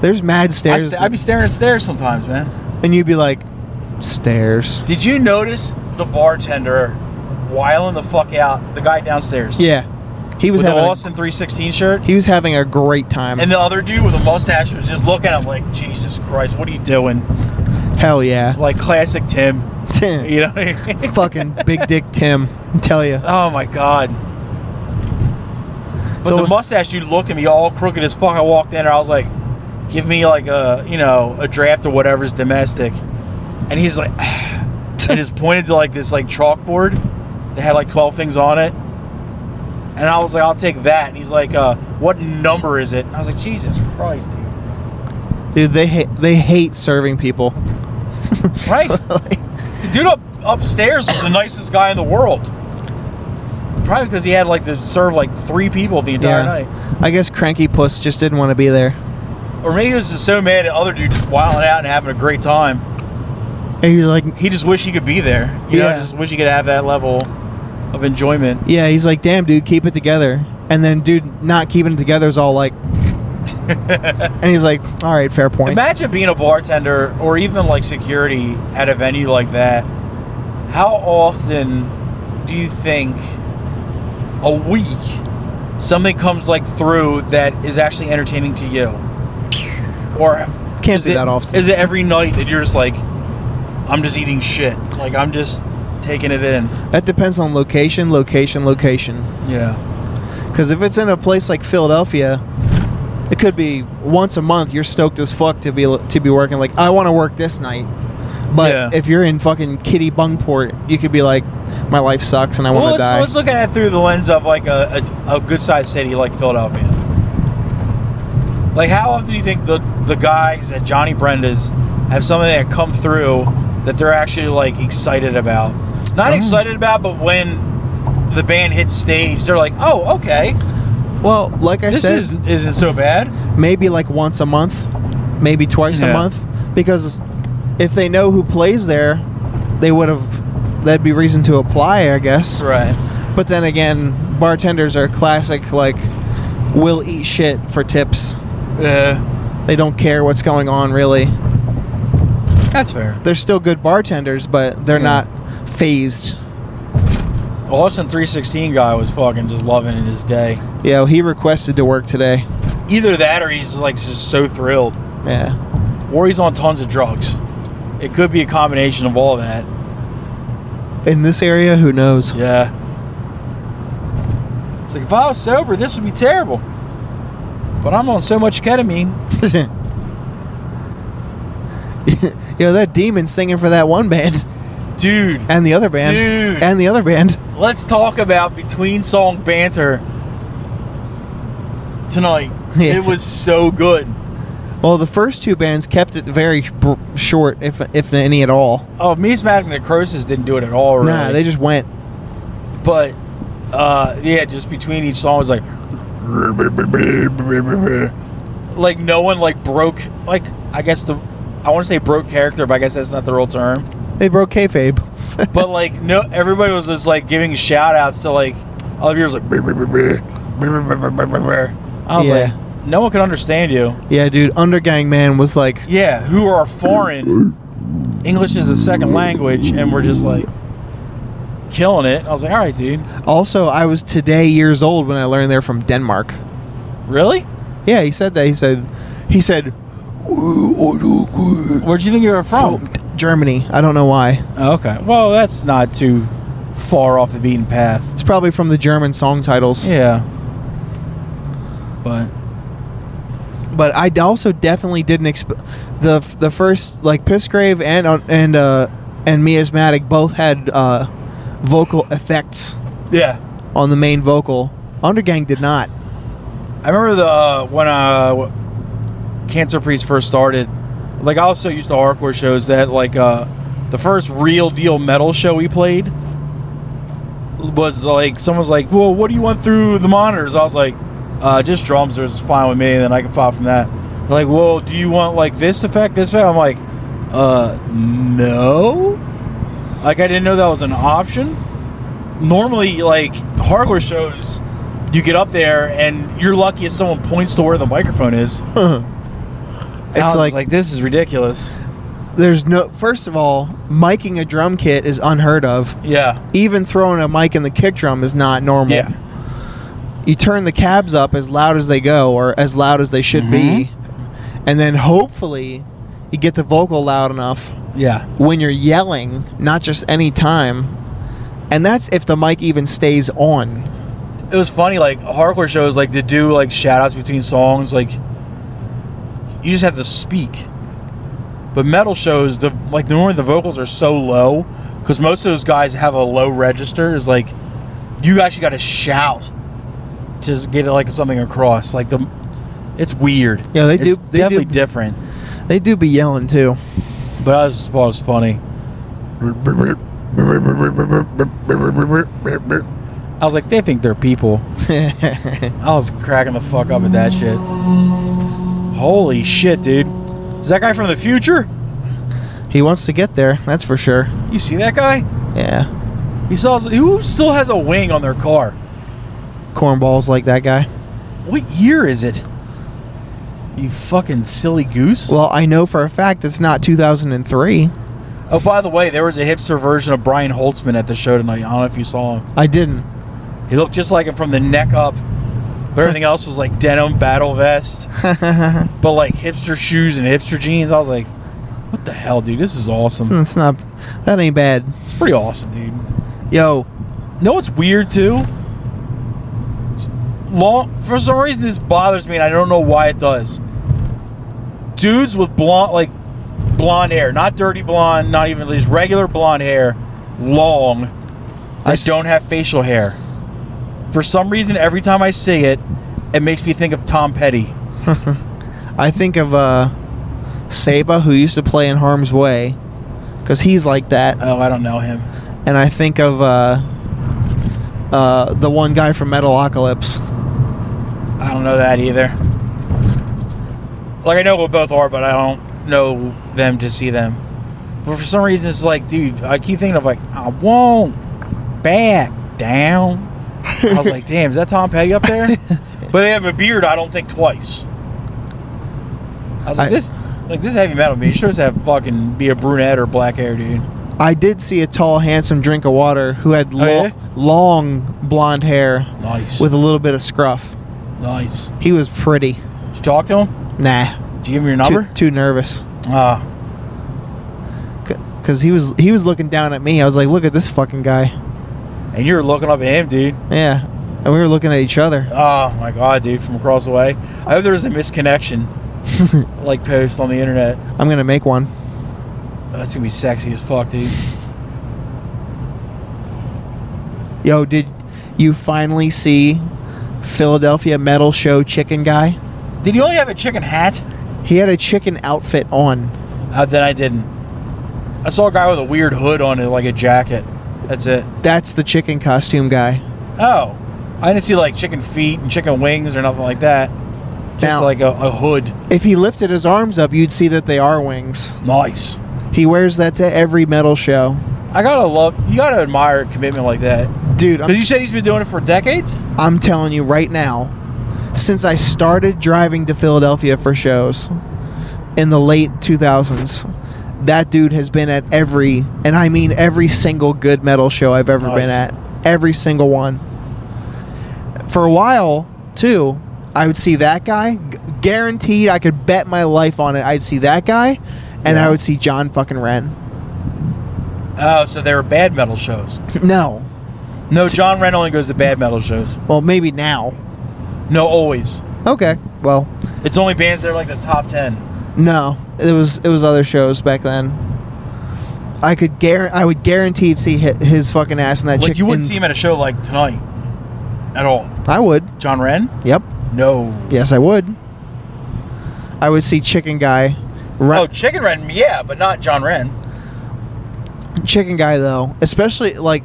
There's mad I stairs, st- I'd be staring at stairs sometimes, man. and you'd be like, stairs. Did you notice the bartender whiling the fuck out the guy downstairs? Yeah, he was With the having Austin 316 shirt. a, he was having a great time. And the other dude with a mustache was just looking at him like, Jesus Christ, what are you doing? Hell yeah, Like classic Tim. You know what I mean? fucking big dick Tim. I tell you, Oh my god. But So- the mustache dude looked at me all crooked as fuck. I walked in and I was like, give me like a, you know, a draft or whatever's domestic. And he's like, and just pointed to like this like chalkboard that had like 12 things on it. And I was like, I'll take that. And he's like, uh, what number is it? And I was like, Jesus Christ, dude. dude, they ha- they hate serving people. Right? the dude up upstairs was the nicest guy in the world. Probably because he had like to serve like three people the entire night. I guess cranky puss just didn't want to be there. Or maybe he was just so mad at other dude just wilding out and having a great time. And he's like, He just wish he could be there. You know, Yeah. just wish he could have that level of enjoyment. yeah, he's like, damn, dude, keep it together. And then, dude, not keeping it together is all like, and he's like, all right, fair point. Imagine being a bartender or even like security at a venue like that. How often do you think a week something comes like through that is actually entertaining to you? Or Can't is be it- that often. Is it every night that you're just like, I'm just eating shit? Like I'm just taking it in. That depends on location, location, location. Yeah. Because if it's in a place like Philadelphia, it could be once a month you're stoked as fuck to be to be working like I want to work this night. But Yeah. if you're in fucking Kitty Bungport, you could be like my life sucks and I Well, want to let's, die. let's look at it through the lens of like a, a, a good sized city like Philadelphia. Like, how often do you think the, the guys at Johnny Brenda's have something that come through that they're actually like excited about? Mm. Not excited about, but when the band hits stage, they're like, oh, okay, well, like I this said, isn't, isn't so bad. maybe like once a month, maybe twice Yeah. a month, because if they know who plays there, they would have that'd be reason to apply, I guess. Right. But then again, bartenders are classic like will eat shit for tips. Uh, They don't care what's going on really. that's fair. They're still good bartenders, but they're Yeah. not phased. The Austin 316 guy was fucking just loving it his day. You know, he requested to work today. Either that or he's like just so thrilled. Yeah. or he's on tons of drugs. It could be a combination of all that. In this area, who knows? Yeah. It's like if I was sober, this would be terrible. But I'm on so much ketamine. you know, that demon singing for that one band Dude, and the other band Dude. and the other band. let's talk about between song banter tonight. Yeah. It was so good. Well, the first two bands kept it very br- short, if if any at all. Oh, Miasmatic Necrosis didn't do it at all, really. Nah, they just went. but uh yeah just between each song was like like no one like broke like i guess the i want to say broke character but i guess that's not the real term They broke kayfabe. but like no everybody was just like giving shout outs to like other people was like i was Yeah. like no one can understand you yeah, dude, Undergang Man was like, yeah who are foreign english is a second language and we're just like killing it i was like all right dude also, I was today years old when I learned they're from Denmark. really Yeah, he said that. He said, he said, where'd you think you were from Germany. I don't know why. Okay. Well, that's not too far off the beaten path. It's probably from the German song titles. Yeah. But But I d- also definitely didn't expect the f- the first like Pissgrave and uh, and uh, and Miasmatic both had uh, vocal effects yeah, on the main vocal. Undergang did not. I remember the uh, when uh, w- Cancer Priest first started. Like I also used to hardcore shows that like uh, the first real deal metal show we played was like someone's like, "Well, what do you want through the monitors?" I was like, uh, "Just drums is fine with me, and then I can file from that." They're like, "Well, do you want like this effect, this effect?" I'm like, "Uh, no." Like I didn't know that was an option. Normally, like hardcore shows, you get up there and you're lucky if someone points to where the microphone is. And I It's was like- like this is ridiculous. There's no. First of all, miking a drum kit is unheard of. Yeah. Even throwing a mic in the kick drum is not normal. Yeah. you turn the cabs up as loud as they go or as loud as they should be and then hopefully you get the vocal loud enough Yeah. when you're yelling not just any time and that's if the mic even stays on it was funny like hardcore shows like to do like shout outs between songs like you just have to speak but metal shows the like normally the vocals are so low because most of those guys have a low register is like you actually got to shout to s- get like something across like the it's weird Yeah, they It's do- they do- definitely different they do be yelling too but I just thought it was funny I was like they think they're people I was cracking the fuck up at that shit. Holy shit, dude. Is that guy from the future? he wants to get there that's for sure You see that guy? yeah He saw who still has a wing on their car. cornballs like that guy What year is it? You fucking silly goose. well i know for a fact it's not 2003 oh, by the way, there was a hipster version of Brian Holtzman at the show tonight. I don't know if you saw him. i didn't He looked just like him from the neck up. But everything else was like denim, battle vest, but like hipster shoes and hipster jeans. I was like, what the hell, dude? This is awesome. that's not that ain't bad It's pretty awesome, dude. yo No, it's weird too. long for some reason this bothers me and I don't know why it does. Dudes with blonde like blonde hair, not dirty blonde, not even just regular blonde hair, long I that s- don't have facial hair. For some reason every time I see it, it makes me think of Tom Petty. I think of uh, Saba, who used to play in Harm's Way, because he's like that. Oh, I don't know him. And I think of uh, uh, the one guy from Metalocalypse. I don't know that either. Like I know what both are, but I don't know them to see them. But for some reason, it's like, dude, I keep thinking of like, I won't back down. I was like, damn, is that Tom Petty up there? but they have a beard. I don't think twice. I was like, I- this, like this heavy metal beat sure to have fucking be a brunette or black hair, dude. I did see a tall, handsome drink of water who had lo- yeah? long blonde hair Nice, with a little bit of scruff. nice. He was pretty. Did you talk to him? Nah, Did you give him your too, number? too nervous. Ah, Cause he was he was looking down at me. I was like, look at this fucking guy. and you were looking up at him, dude. Yeah, and we were looking at each other. Oh my god, dude, from across the way. I hope there was a misconnection like post on the internet. I'm gonna make one. That's gonna be sexy as fuck, dude. Yo, did you finally see Philadelphia metal show chicken guy? Did you only have a chicken hat? He had a chicken outfit on. Uh, then I didn't. I saw a guy with a weird hood on it, like a jacket. That's it. That's the chicken costume guy. Oh, I didn't see like chicken feet and chicken wings or nothing like that. Just Now- like a, a hood. If he lifted his arms up, you'd see that they are wings. Nice. He wears that to every metal show. I gotta love. You gotta admire a commitment like that. Dude, Cause I'm, you said he's been doing it for decades. I'm telling you right now, since I started driving to Philadelphia for shows in the late 2000s, that dude has been at every, and I mean every single good metal show I've ever been Nice. at. Every single one. For a while, too, I would see that guy. Gu- Guaranteed, I could bet my life on it. I'd see that guy, and Yeah. I would see John fucking Wren. Oh, so they were bad metal shows. No. No, John Ren only goes to bad metal shows. Well, maybe now. No, always. Okay. Well, It's only bands that are like the top ten. No, it was it was other shows back then. I could guar I would guaranteed see his, his fucking ass in that Like chick. you wouldn't in- see him at a show like tonight, at all. I would. John Wren? Yep. No. Yes, I would. I would see chicken guy. Oh, Ra- Chicken Wren, yeah, but not John Wren. chicken guy though, especially like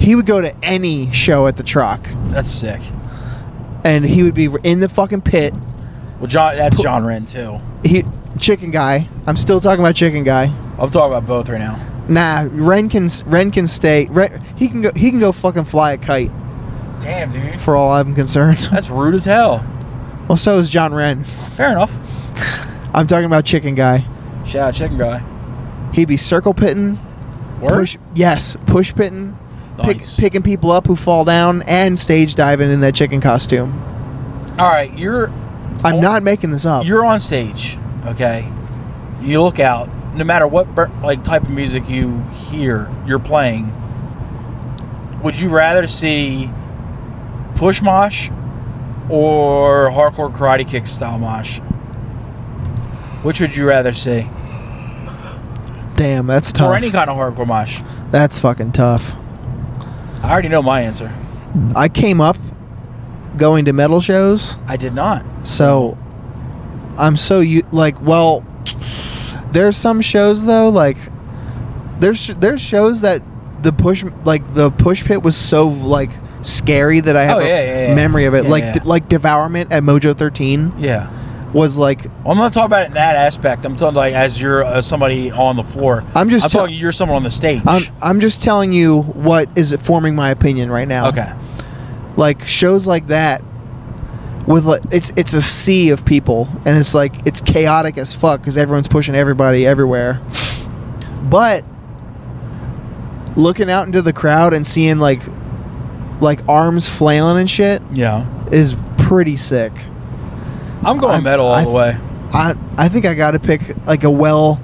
he would go to any show at the truck, That's sick. and he would be in the fucking pit. Well, John, that's John Wren too. He chicken guy. I'm still talking about chicken guy. I'm talking about both right now. Nah, Ren can Ren can stay. Ren, he can go. He can go fucking fly a kite Damn, dude, for all I'm concerned. that's rude as hell. well, so is John Ren. Fair enough. I'm talking about chicken guy. Shout out Chicken Guy. He'd be circle pitting, Word? push yes, push pitting, Nice. pick, picking people up who fall down, and stage diving in that chicken costume. All right, you're I'm Oh. not making this up. you're on stage, okay? You look out. No matter what bur- like type of music you hear, you're playing. Would you rather see push mosh or hardcore karate kick style mosh? Which would you rather see? Damn, that's tough. Or any kind of hardcore mosh? that's fucking tough. I already know my answer. I came up going to metal shows, I did not. so I'm so you like. Well, there's some shows though, like there's there's shows that the push like the push pit was so like scary that I have Oh, a yeah, yeah, yeah. memory of it. Yeah, like yeah. like Devourment at Mojo 13. Yeah. was like Well, I'm not talking about it in that aspect. I'm talking like as you're uh, somebody on the floor. I'm just I'm tell- talking you're someone on the stage. I'm, I'm just telling you what is forming my opinion right now. okay. Like shows like that with like it's it's a sea of people and it's like it's chaotic as fuck cuz everyone's pushing everybody everywhere. But looking out into the crowd and seeing like like arms flailing and shit Yeah. is pretty sick. I'm going I'm- metal all I- the way. I I think I got to pick like a well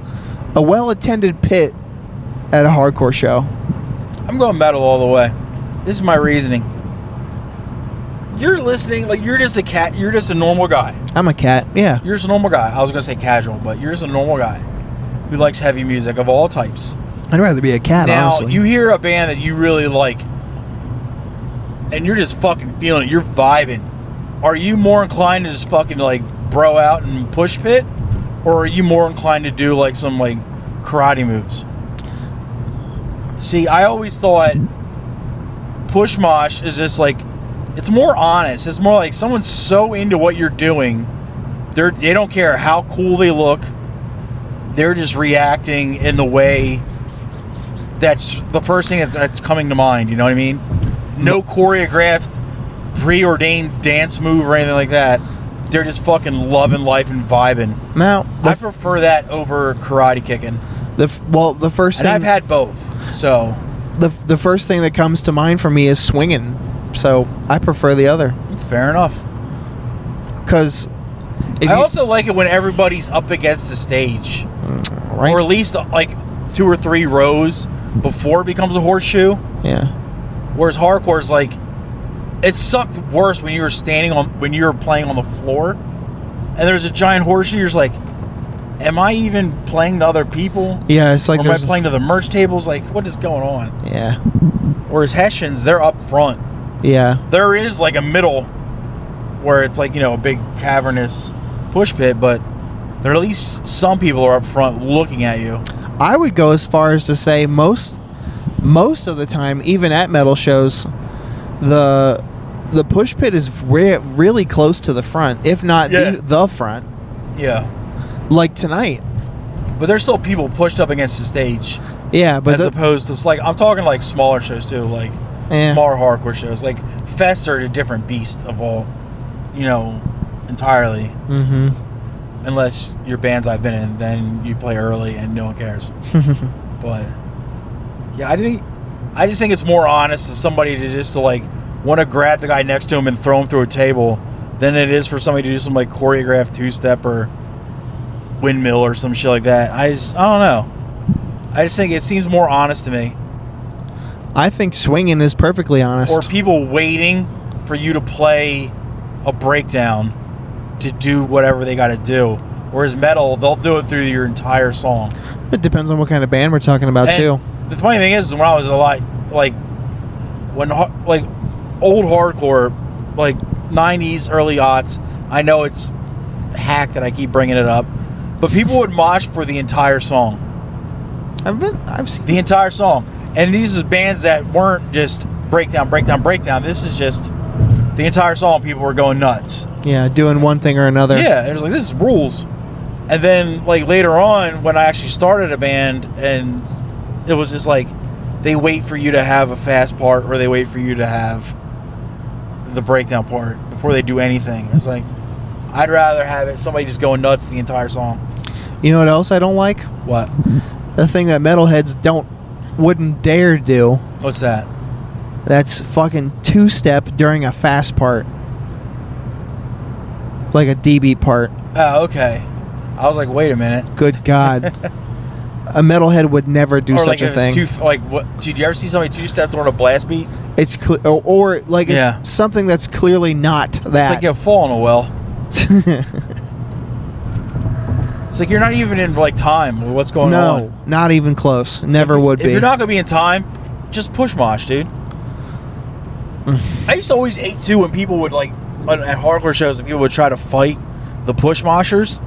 a well attended pit at a hardcore show. I'm going metal all the way. This is my reasoning. you're listening like you're just a cat. You're just a normal guy. I'm a cat. Yeah. You're just a normal guy. I was gonna say casual, but you're just a normal guy who likes heavy music of all types. I'd rather be a cat, now honestly. you hear a band that you really like, and you're just fucking feeling it. You're vibing. Are you more inclined to just fucking like bro out and push pit, or are you more inclined to do like some like karate moves? See, I always thought push mosh is just like it's more honest. It's more like someone's so into what you're doing, they're they don't care how cool they look. They're just reacting in the way that's the first thing that's, that's coming to mind. You know what I mean? No choreographed, preordained dance move or anything like that. They're just fucking loving life and vibing. now, the, I f- prefer that over karate kicking, the f- well, the first and thing I've had both. So the f- the first thing that comes to mind for me is swinging. So I prefer the other fair enough. because if I you, also like it when everybody's up against the stage. right, or at least like two or three rows before it becomes a horseshoe. yeah, Whereas hardcore is like, it sucked worse when you were standing on when you were playing on the floor, and there's a giant horseshoe. You're just like, am I even playing to other people? yeah, it's like Or am I there's- playing to the merch tables? Like, what is going on? yeah, Whereas Hessians, they're up front. yeah, There is like a middle where it's like you know a big cavernous push pit, but there at least some people are up front looking at you. I would go as far as to say most most of the time, even at metal shows, the the push pit is re- really close to the front, if not Yeah. the, the front. Yeah. Like tonight, But there's still people pushed up against the stage, yeah, but as the- opposed to like I'm talking like smaller shows too, like Yeah. smaller hardcore shows. Like fests are a different beast of all, you know, entirely. Mhm. Unless your bands I've been in, then you play early and no one cares. but yeah, I think I just think it's more honest to somebody to just to like want to grab the guy next to him and throw him through a table than it is for somebody to do some like choreographed two step or windmill or some shit like that. I just I don't know. I just think it seems more honest to me. I think swinging is perfectly honest. Or people waiting for you to play a breakdown to do whatever they got to do. Whereas metal, they'll do it through your entire song. It depends on what kind of band we're talking about And too. The funny thing is, is when I was a lot like when har- like old hardcore, like '90s, early aughts. I know it's hack that I keep bringing it up, but people would mosh for the entire song, I've been, I've seen. the entire song. And these is bands that weren't just breakdown, breakdown, breakdown. This is just the entire song. People were going nuts. Yeah, doing one thing or another. Yeah, it was like this is rules. And then like later on when I actually started a band and it was just like they wait for you to have a fast part or they wait for you to have the breakdown part before they do anything. It's like I'd rather have it somebody just going nuts the entire song. You know what else I don't like? What? The thing that metalheads don't wouldn't dare do. What's that? That's fucking two step during a fast part. Like a DB part. Oh, okay. I was like, wait a minute. Good God. a metalhead would never do or such like a if thing. it's two like what did you ever see somebody two step throwing a blast beat? it's cle- or, or like it's Yeah. something that's clearly not It's that. like a fall in a well. It's like you're not even in like time with what's going on. no, not even close. Never would Oh, if be. you're not gonna be in time, just push mosh, dude. I used to always hate too when people would like at at hardcore shows and people would try to fight the push moshers.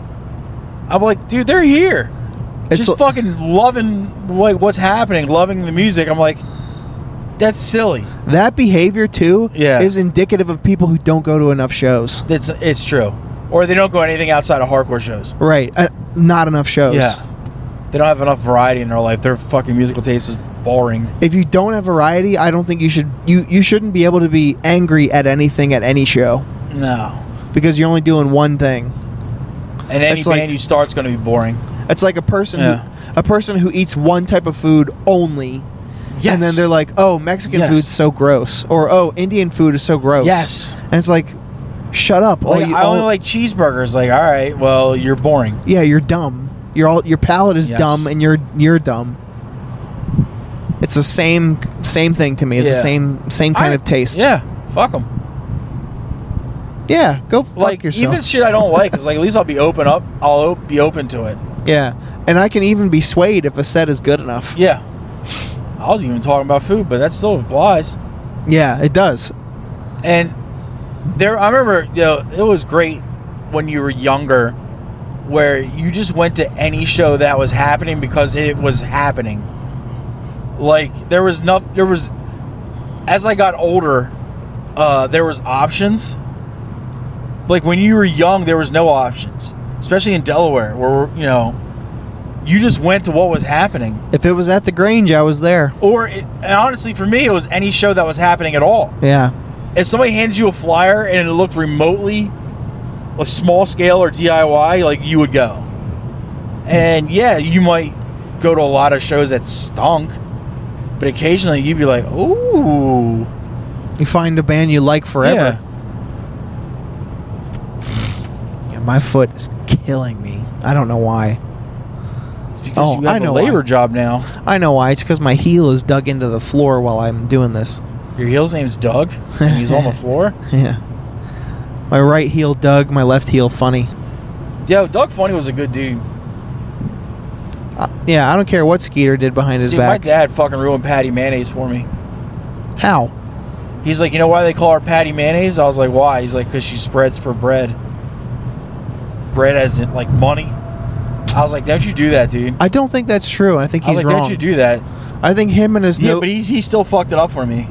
I'm like, dude, they're here. It's just l- fucking loving like what's happening, loving the music. I'm like, that's silly. that behavior too Yeah. is indicative of people who don't go to enough shows. That's it's true. Or they don't go anything outside of hardcore shows. Right. Uh, not enough shows. Yeah. They don't have enough variety in their life. Their fucking musical taste is boring. If you don't have variety, I don't think you should you you shouldn't be able to be angry at anything at any show No. because you're only doing one thing. And any It's band like- you start's gonna be boring. It's like a person Yeah. who, a person who eats one type of food only. And then they're like, "Oh, Mexican Yes. food's so gross," or "Oh, Indian food is so gross." Yes. and it's like, "Shut up!" all Like, Oh, you- I only all- like cheeseburgers. Like, all right, well, you're boring. yeah, you're dumb. Your all your palate is Yes. dumb, and you're you're dumb. It's the same same thing to me. It's Yeah. the same same kind I- of taste. Yeah, fuck them. Yeah, go fuck like yourself. even shit I don't like is like at least I'll be open up. I'll op- be open to it. yeah, and I can even be swayed if a set is good enough. Yeah. I was even talking about food, but that still applies. Yeah, it does. And there, I remember, you know, it was great when you were younger, where you just went to any show that was happening because it was happening. Like there was nothing. There was, as I got older, uh, there was options. Like when you were young, there was no options, especially in Delaware, where you know, you just went to what was happening. If it was at the Grange, I was there. Or it, and honestly, for me, it was any show that was happening at all Yeah, if somebody handed you a flyer and it looked remotely a small scale or DIY, like you would go. And yeah, you might go to a lot of shows that stunk, but occasionally you'd be like, "Ooh, you find a band you like forever. Yeah. my foot is killing me. I don't know why. Yeah. It's because Oh, you have I know a labor why. job now. I know why. It's because my heel is dug into the floor while I'm doing this. Your heel's name's Doug, and he's on the floor. Yeah. My right heel dug, my left heel funny. Yo, Doug Funny was a good dude. Uh, yeah, I don't care what Skeeter did behind his Dude, my back. dad fucking ruined Patty Mayonnaise for me. How? He's like, you know why they call her Patty Mayonnaise? I was like, why? He's like, because she spreads for bread. Bread as in like money. I was like, don't you do that, dude. I don't think that's true. I think I he's was like, wrong. don't you do that. I think him and his Yeah, no- but he, he still fucked it up for me.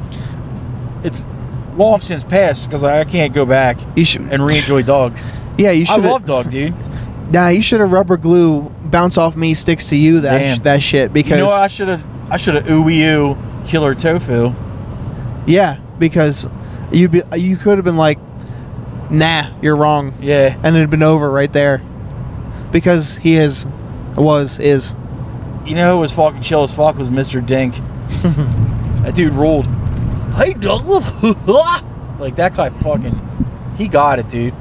It's long since passed because I can't go back you should and re-enjoy Dog. Yeah, you I should. love Dog, dude. Nah, you should have rubber glue bounce off me sticks to you that Damn. sh- that shit because You know what? I should have I should have ooey ooh killer tofu. yeah because you'd be you could have been like nah you're wrong Yeah. and it'd been over right there because he is was is You know who was fucking chill as fuck was Mr. Dink. that dude ruled. Hey, Douglas. like that guy fucking, he got it, dude.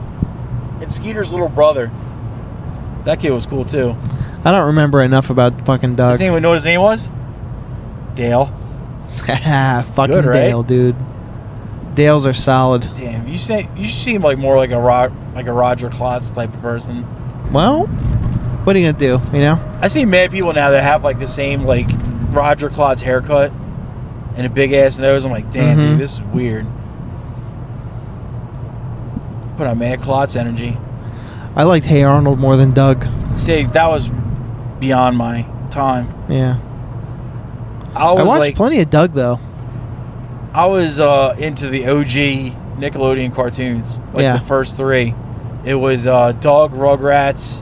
And Skeeter's little brother. That kid was cool too. I don't remember enough about fucking Doug. Does anyone know what his name was? Dale. fucking Good, right? Dale, dude. Dales are solid. Damn, you say you seem like more like a Ro- like a Roger Klotz type of person. Well, what are you gonna do? You know? I see mad people now that have like the same like Roger Klotz haircut and a big ass nose. I'm like, damn, Mhm. dude, this is weird. Put on mad Klotz energy. I liked Hey Arnold more than Doug. See, that was beyond my time. Yeah, I I, was watched like, plenty of Doug though. I was uh, into the OG Nickelodeon cartoons, like Yeah. the first three. It was uh, Dog, Rugrats,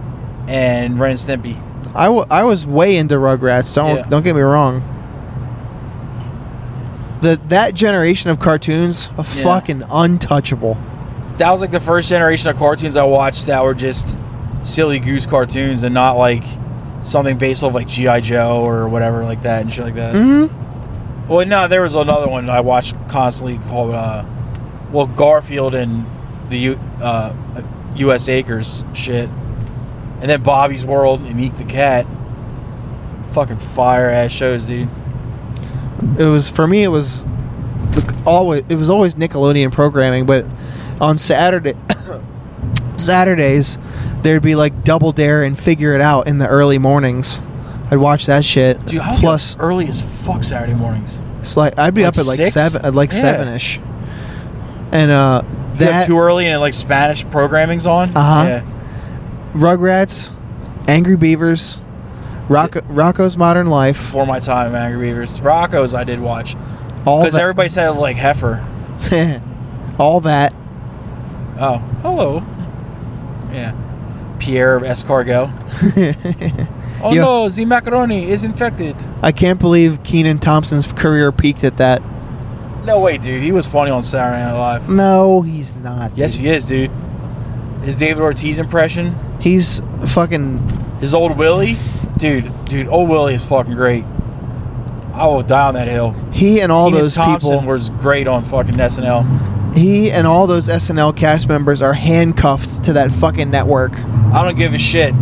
and Ren and Stimpy. I, w- I was way into Rugrats. Don't Yeah. don't get me wrong. The that generation of cartoons, are Yeah. fucking untouchable. that was like the first generation of cartoons I watched that were just silly goose cartoons and not like something based off like GI Joe or whatever like that and shit like that. hmm Well, no, there was another one I watched constantly called uh, well Garfield and the U, uh, U.S. Acres shit, and then Bobby's World and Eek the Cat. Fucking fire ass shows, dude. It was for me. It was always it was always Nickelodeon programming, but on Saturday Saturdays there'd be like Double Dare and Figure It Out in the early mornings. I'd watch that shit. Dude, I was Plus, Plus, early as fuck Saturday mornings. it's like I'd be like up at like six? seven, at like Yeah. seven ish, and uh, That that too early and like Spanish programming's on. Uh-huh. Rugrats, Angry Beavers, Rocco, Rocco's Modern Life, before my time, Angry Beavers. Rocco's I did watch all because that, everybody said it like heifer. all that. Oh, hello. Yeah, Pierre Escargot. Oh Yo. no, the macaroni is infected. I can't believe Keenan Thompson's career peaked at that. No way, dude. He was funny on Saturday Night Live. No, he's not. Yes, he is, dude. His David Ortiz impression, he's fucking. his old Willie, dude, dude, old Willie is fucking great. I will die on that hill. He and all Keenan those Thompson people. was great on fucking SNL. he and all those SNL cast members are handcuffed to that fucking network. I don't give a shit.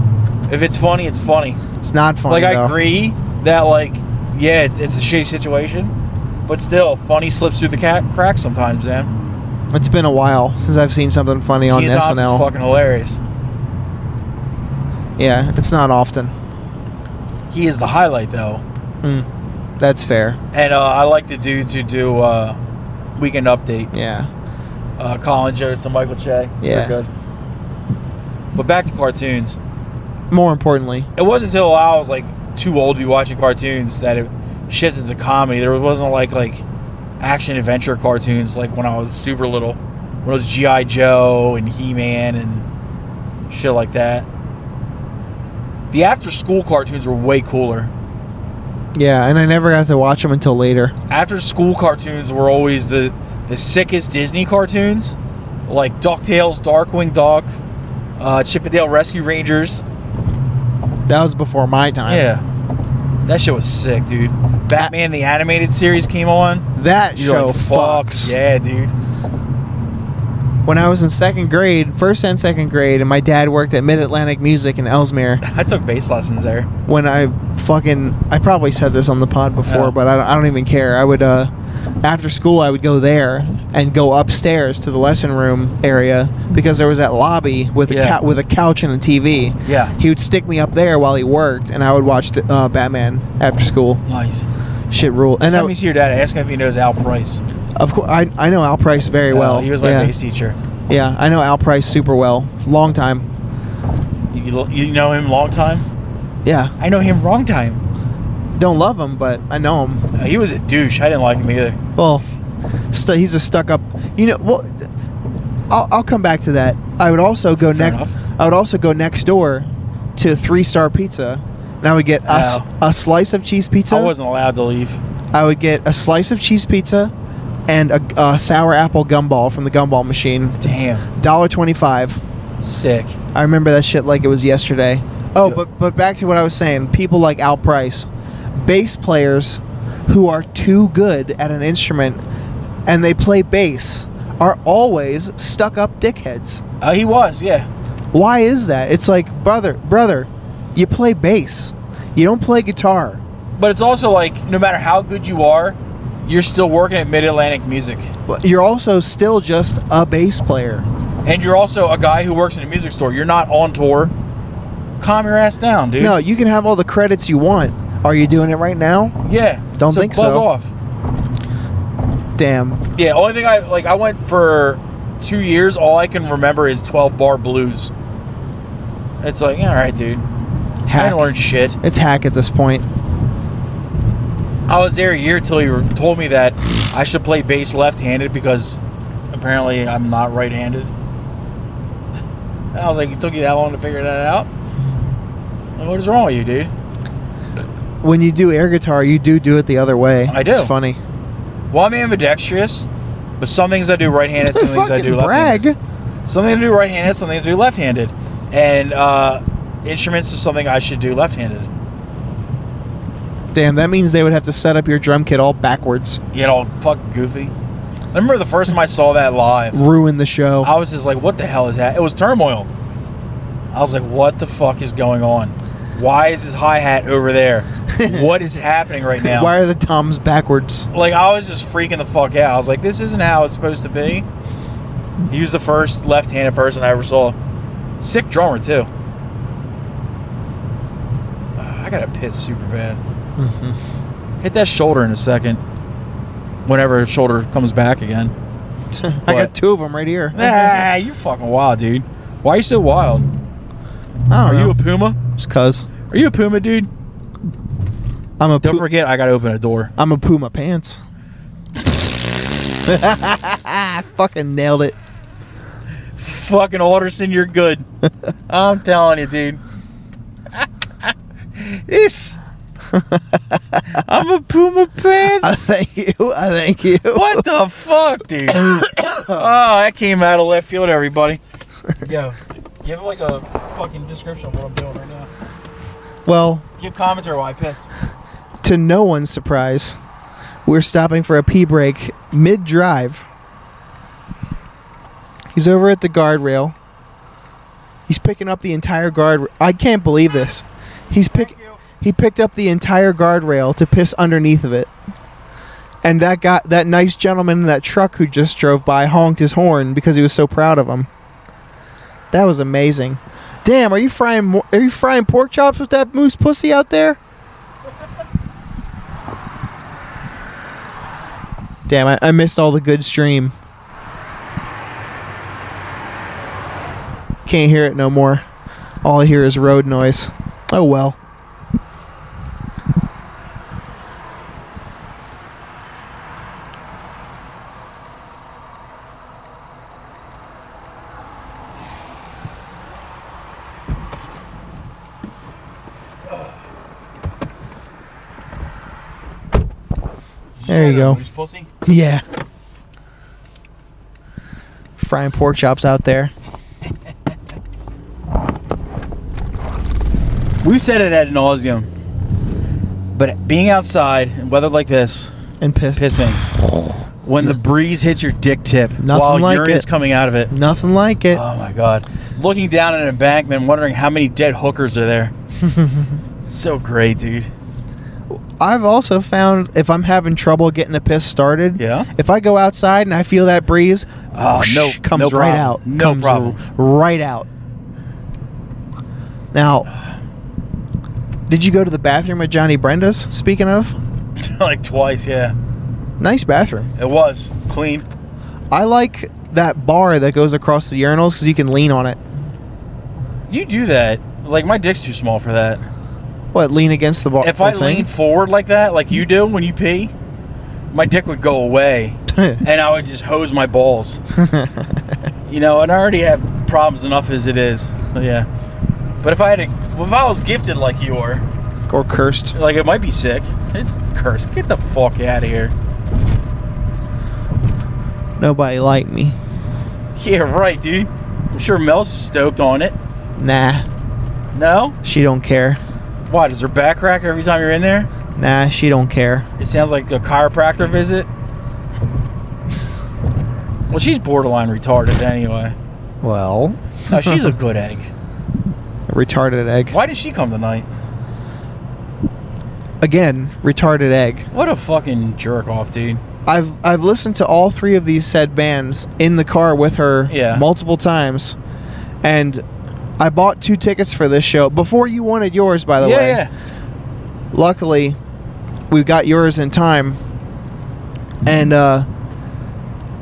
If it's funny, it's funny. It's not funny. like I though. agree that like yeah, it's, it's a shitty situation, but still, funny slips through the cat crack sometimes, man. It's been a while since I've seen something funny on Keaton Thompson's SNL. fucking hilarious. Yeah, it's not often. He is the highlight though, Hmm. That's fair. and uh, I like the dude to do uh, weekend update. Yeah. Uh, Colin Jost and Michael Che. Yeah. they're good. But back to cartoons. More importantly, It wasn't until I was like too old to be watching cartoons that it shifted to comedy. There wasn't like like action adventure cartoons like when I was super little. When it was GI Joe and He Man and shit like that. The after school cartoons were way cooler. yeah, and I never got to watch them until later. after school cartoons were always the the sickest Disney cartoons, like DuckTales, Darkwing Duck, uh, Chippendale Rescue Rangers. That was before my time. Yeah, that shit was sick, dude. Batman the animated series came on. That You're show like, fucks. Yeah, dude. When I was in second grade, first and second grade, and my dad worked at Mid Atlantic Music in Ellesmere. I took bass lessons there. When I fucking, I probably said this on the pod before, Yeah. but I don't, I don't even care. I would, uh, after school, I would go there and go upstairs to the lesson room area because there was that lobby with a Yeah. cou- with a couch and a TV. Yeah. He would stick me up there while he worked, and I would watch uh, Batman after school. Nice. Shit rule. And And I, Time you see your dad, ask him if he knows Al Price. of course, I, I know Al Price very well. Uh, he was my yeah. bass teacher. Yeah, I know Al Price super well. Long time. You, you know him long time. Yeah, I know him wrong time. don't love him, but I know him. Uh, he was a douche. I didn't like him either. Well, st- he's a stuck up. You know, well, I'll, I'll come back to that. I would also go Fair next. enough. I would also go next door to Three Star Pizza, and I would get a, s- Oh. a slice of cheese pizza. I wasn't allowed to leave. I would get a slice of cheese pizza, and a, a sour apple gumball from the gumball machine. Damn. Dollar twenty-five. Sick. I remember that shit like it was yesterday. Oh, Yeah. but but back to what I was saying. People like Al Price, bass players who are too good at an instrument and they play bass are always stuck up dickheads. Uh, he was, yeah. Why is that? It's like, brother, brother, you play bass. You don't play guitar. But it's also like no matter how good you are, you're still working at Mid Atlantic Music, But You're also still just a bass player. and you're also a guy who works in a music store. You're not on tour. Calm your ass down, dude. No, you can have all the credits you want. Are you doing it right now? Yeah. Don't think buzz so. off. Damn. Yeah. Only thing I like, I went for two years. All I can remember is twelve bar blues. It's like, yeah, all right, dude. I Hack. didn't learn shit. It's hack at this point. I was there a year till he re- told me that I should play bass left-handed because apparently I'm not right-handed. And I was like, it took you that long to figure that out? Like, what is wrong with you, dude? when you do air guitar, you do do it the other way. I do. It's funny. Well, I'm ambidextrous, but some things I do right-handed, some things I Fucking do brag. left-handed. Some things I do right-handed, some things I do left-handed, and uh, instruments is something I should do left-handed. Damn, that means they would have to set up your drum kit all backwards. You know, fucking goofy. I remember the first time I saw that live. Ruin the show. I was just like, what the hell is that? It was turmoil. I was like, what the fuck is going on? Why is his hi hat over there? what is happening right now? Why are the toms backwards? like, I was just freaking the fuck out. I was like, this isn't how it's supposed to be. He was the first left handed person I ever saw. Sick drummer, too. Ah, I gotta piss super bad. Mm-hmm. Hit that shoulder in a second. Whenever shoulder comes back again. I What? got two of them right here. Ah, you fucking wild, dude. Why are you so wild? I Are don't you know. a puma? Just cuz. Are you a puma, dude? I'm a Don't poo- forget, I gotta open a door. I'm a Puma pants. I fucking nailed it. Fucking Alderson, you're good. I'm telling you, dude. this. I'm a puma I pants. thank you. I thank you. What the fuck, dude? oh, that came out of left field, everybody. Yo, give like a fucking description of what I'm doing right now. Well, Give commentary while I piss. to no one's surprise, we're stopping for a pee break mid drive. He's over at the guardrail. He's picking up the entire guard. I can't believe this. He's pick. He picked up the entire guardrail to piss underneath of it. And that guy, that nice gentleman in that truck who just drove by, honked his horn because he was so proud of him. That was amazing. Damn, are you frying? mo- Are you frying pork chops with that moose pussy out there? Damn, I, I missed all the good stream. Can't hear it no more. All I hear is road noise. Oh well. Did There say you that go. moose pussy? Yeah. Frying pork chops out there. We've said it ad nauseum, but being outside in weather like this, And piss. pissing, when the breeze hits your dick tip Nothing while like urine it. is coming out of it. Nothing like it. Oh my god! Looking down at an embankment, wondering how many dead hookers are there. it's so great, dude. I've also found if I'm having trouble getting a piss started, Yeah? if I go outside and I feel that breeze, Oh, whoosh, no- comes no right problem. out. No comes problem. Right out. Now, did you go to the bathroom at Johnny Brenda's? Speaking of, like twice, yeah. nice bathroom. It was clean. I like that bar that goes across the urinals because you can lean on it. You do that. Like my dick's too small for that. What lean against the bar? If I whole thing? lean forward like that, like you do when you pee, my dick would go away, and I would just hose my balls. you know, and I already have problems enough as it is. But yeah. But if I had a, if I was gifted like you are, or cursed. like it might be sick. It's cursed. Get the fuck out of here. Nobody liked me. Yeah, right, dude. I'm sure Mel's stoked on it. Nah, No? she don't care. Why? Does her back crack every time you're in there? Nah, she don't care. It sounds like a chiropractor visit. Well, she's borderline retarded anyway. Well, No, she's a good egg. a retarded egg. Why did she come tonight? Again, retarded egg. What a fucking jerk off, dude. I've I've listened to all three of these said bands in the car with her Yeah. multiple times, and I bought two tickets for this show before you wanted yours. By the yeah, way, yeah. luckily we got yours in time and uh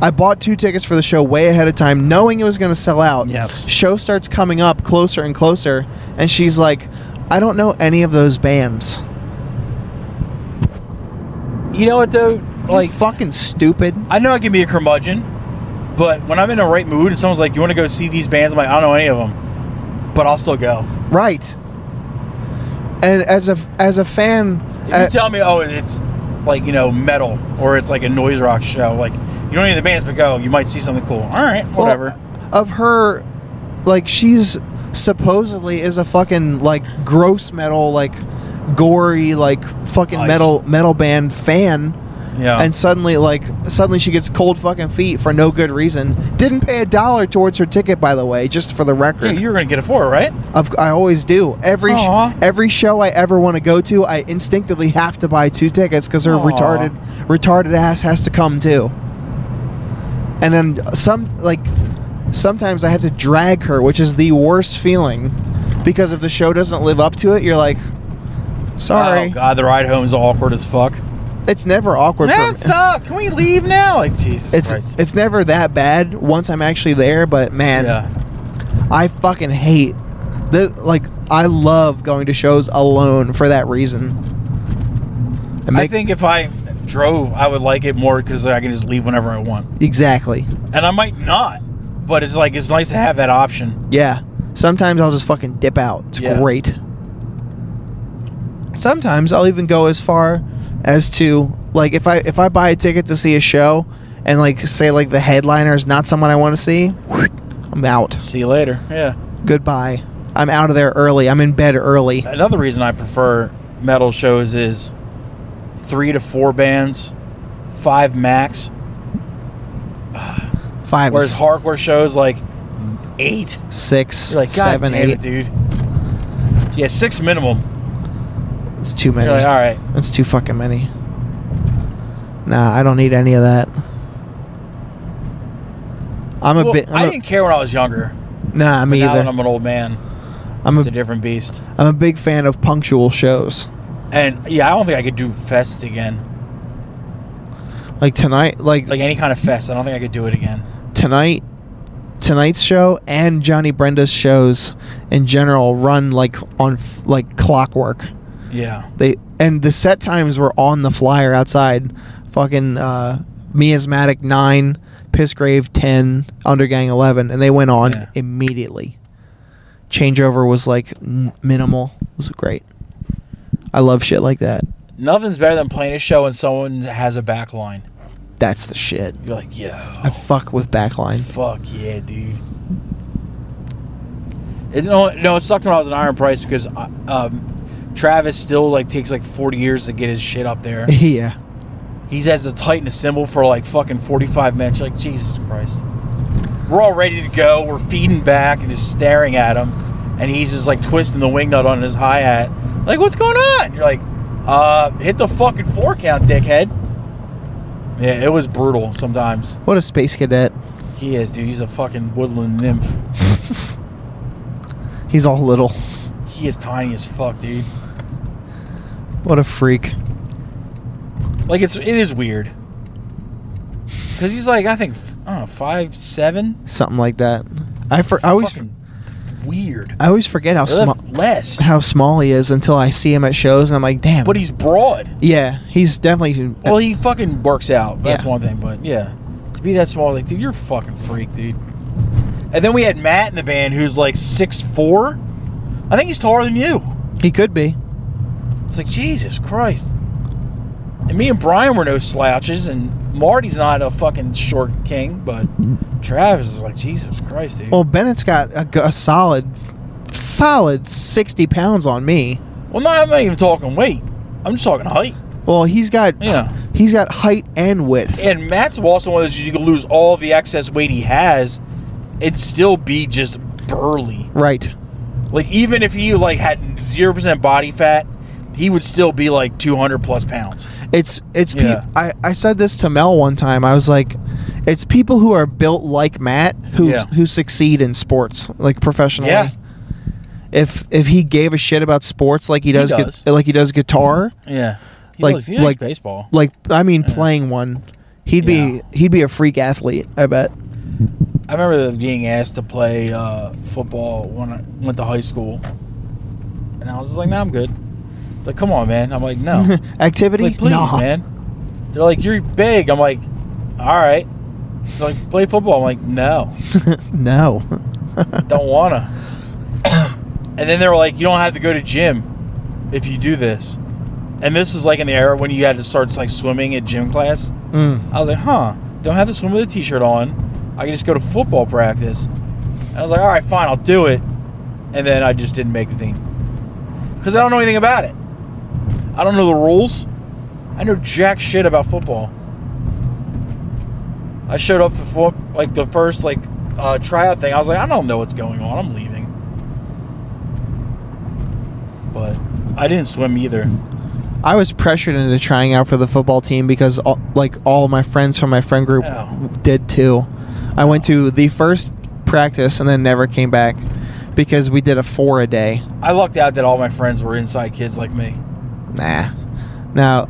I bought two tickets for the show way ahead of time, knowing it was going to sell out. Yes. Show starts coming up closer and closer, and she's like, "I don't know any of those bands." You know what though? Like, Like fucking stupid. I know I can be a curmudgeon, but when I'm in the right mood and someone's like, "You want to go see these bands?" I'm like, "I don't know any of them," but I'll still go. Right. And as a as a fan, If uh, you tell me, oh, it's like you know metal or it's like a noise rock show, like you don't need the bands, but go, you might see something cool. All right, well, whatever. of her, like she's supposedly is a fucking like gross metal, like gory, like fucking Nice. metal metal band fan, yeah, and suddenly like suddenly she gets cold fucking feet for no good reason. Didn't pay a dollar towards her ticket, by the way, just for the Yeah, record. you were gonna get a four, right? I've, I always do every sh- Aw. every show I ever want to go to. I instinctively have to buy two tickets because her Aw. retarded retarded ass has to come too. And then some like sometimes I have to drag her, which is the worst feeling because if the show doesn't live up to it, you're like, Oh sorry, god, the ride home's awkward as fuck. it's never awkward. That for me. sucked. Can we leave now? Like Jesus It's Christ. it's never that bad once I'm actually there, but man, yeah. I fucking hate the like. I love going to shows alone for that reason. And I think if I drove, I would like it more because I can just leave whenever I want, exactly. and I might not. But it's like it's nice to have that option. Yeah. Sometimes I'll just fucking dip out. It's Yeah. great. Sometimes I'll even go as far as to like if I if I buy a ticket to see a show and like say like the headliner is not someone I want to see, I'm out. See you later. Yeah. Goodbye. I'm out of there early. I'm in bed early. Another reason I prefer metal shows is three to four bands, five max. Five, Whereas is hardcore shows like eight. six, You're like, God seven, damn eight. it, dude. Yeah, six minimum. It's too many. You're like, all right. That's too fucking many. Nah, I don't need any of that. I'm a Well, bit. I'm I a- didn't care when I was younger. nah, But me now that either. I'm an old man, I'm a, it's a different beast. I'm a big fan of punctual shows. And yeah, I don't think I could do fest again. Like tonight, like, Like any kind of fest, I don't think I could do it again. tonight, tonight's show and Johnny Brenda's shows in general run like on f- like clockwork. Yeah. They and the set times were on the flyer outside. Fucking uh, miasmatic nine, Pissgrave ten, Undergang eleven, and they went on Yeah. immediately. Changeover was like n- minimal. It was great. I love shit like that. Nothing's better than playing a show and someone has a back line. That's the shit. You're like, yeah. I fuck with backline. Fuck yeah, dude. It, no, no, it sucked when I was an Iron Price because uh, um, Travis still like takes like 40 years to get his shit up there. yeah. He has the Titan symbol for like fucking 45 minutes. You're like Jesus Christ. We're all ready to go. We're feeding back and just staring at him, and he's just like twisting the wingnut on his hi hat. Like, what's going on? You're like, uh, hit the fucking four count, dickhead. Yeah, it was brutal sometimes. What a space cadet. He is, dude. He's a fucking woodland nymph. He's all little. He is tiny as fuck, dude. What a freak. Like it's it is weird. Cause he's like I think I don't know five seven. Something like that. I for, I always Fucking weird. I always forget how They small left less, how small he is until I see him at shows and I'm like, damn. but he's broad. yeah, he's definitely Well, he fucking works out. That's Yeah. one thing. But yeah, to be that small, like dude, you're a fucking freak, dude. And then we had Matt in the band, who's like six four. I think he's taller than you. he could be. It's like Jesus Christ. And me and Brian were no slouches, and Marty's not a fucking short king, but Travis is like Jesus Christ, dude. Well, Bennett's got a, g- a solid solid 60 pounds on me. Well, no, I'm not even talking weight. I'm just talking height. Well, he's got Yeah. he's got height and width. And Matt's also one of those you can lose all the excess weight he has, and still be just burly. right. Like even if he like had zero percent body fat, he would still be like 200 plus pounds. It's it's peop Yeah. I I said this to Mel one time. I was like, it's people who are built like Matt who Yeah. who succeed in sports like professionally. Yeah. If if he gave a shit about sports like he does, gu- does. like he does guitar, Yeah. He Like- likes, he likes like- baseball. like I mean playing one, he'd Yeah. be he'd be a freak athlete. I bet. I remember being asked to play uh, football when I went to high school, and I was like, "No, I'm good." Like, come on, man. I'm like, "No, Activity, like, please, Nah. man." They're like, "You're big." I'm like, "All right." They're like, "Play football." I'm like, "No, no. don't wanna." and then they were like, "You don't have to go to gym if you do this." And this is like in the era when you had to start like swimming at gym class. Mm. I was like, huh, don't have to swim with a t shirt on. I can just go to football practice. And I was like, all right, fine, I'll do it. And then I just didn't make the team. Because I don't know anything about it. I don't know the rules. I know jack shit about football. I showed up for like the first like uh, tryout thing. I was like, I don't know what's going on. I'm leaving. But I didn't swim either. I was pressured into trying out for the football team because all, like all my friends from my friend group Oh. did too. I went to the first practice and then never came back because we did a four a day. I lucked out that all my friends were inside kids like me. Nah. Now,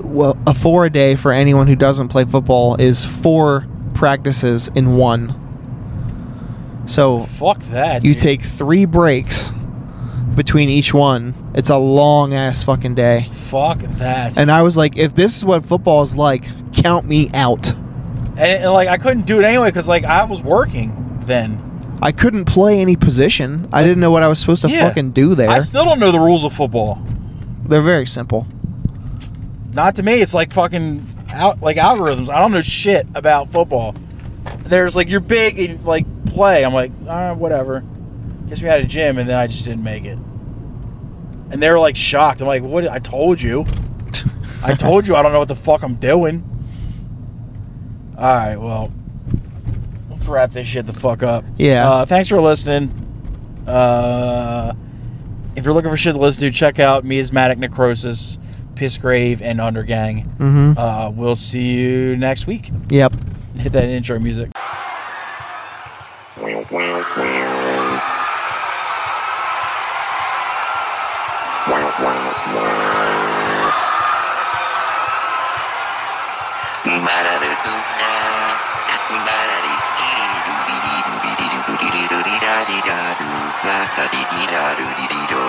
well, a four a day for anyone who doesn't play football is four practices in one. So Fuck that. you dude. take three breaks between each one. It's a long ass fucking day. Fuck that. And, And I was like, if this is what football is like, count me out. and, like I couldn't do it anyway because like I was working then. I couldn't play any position. I didn't know what I was supposed to Yeah. fucking do I there. still don't know the rules of football. They're very simple. Not to me. It's like fucking out like algorithms. I don't know shit about football. There's like you're big and like play. I'm like ah whatever. Guess we had a gym and then I just didn't make it. And they were like shocked. I'm like what? I told you. I told you I don't know what the fuck I'm doing. All right, well, let's wrap this shit the fuck up. Yeah. Uh, thanks for listening. Uh, if you're looking for shit to listen to, check out Miasmatic Necrosis Pissgrave and Undergang. Mm-hmm. Uh, we'll see you next week. Yep. Hit that intro music. Wow, wow, wow. Wow, wow, wow. Ba-da-da-doo-da. Ba-da-dee-dee-doo-dee-dee-doo-dee-doo-dee-doo-dee-da-dee-da-doo. Ba-sa-dee-dee-da-doo-dee-dee-doo-doo.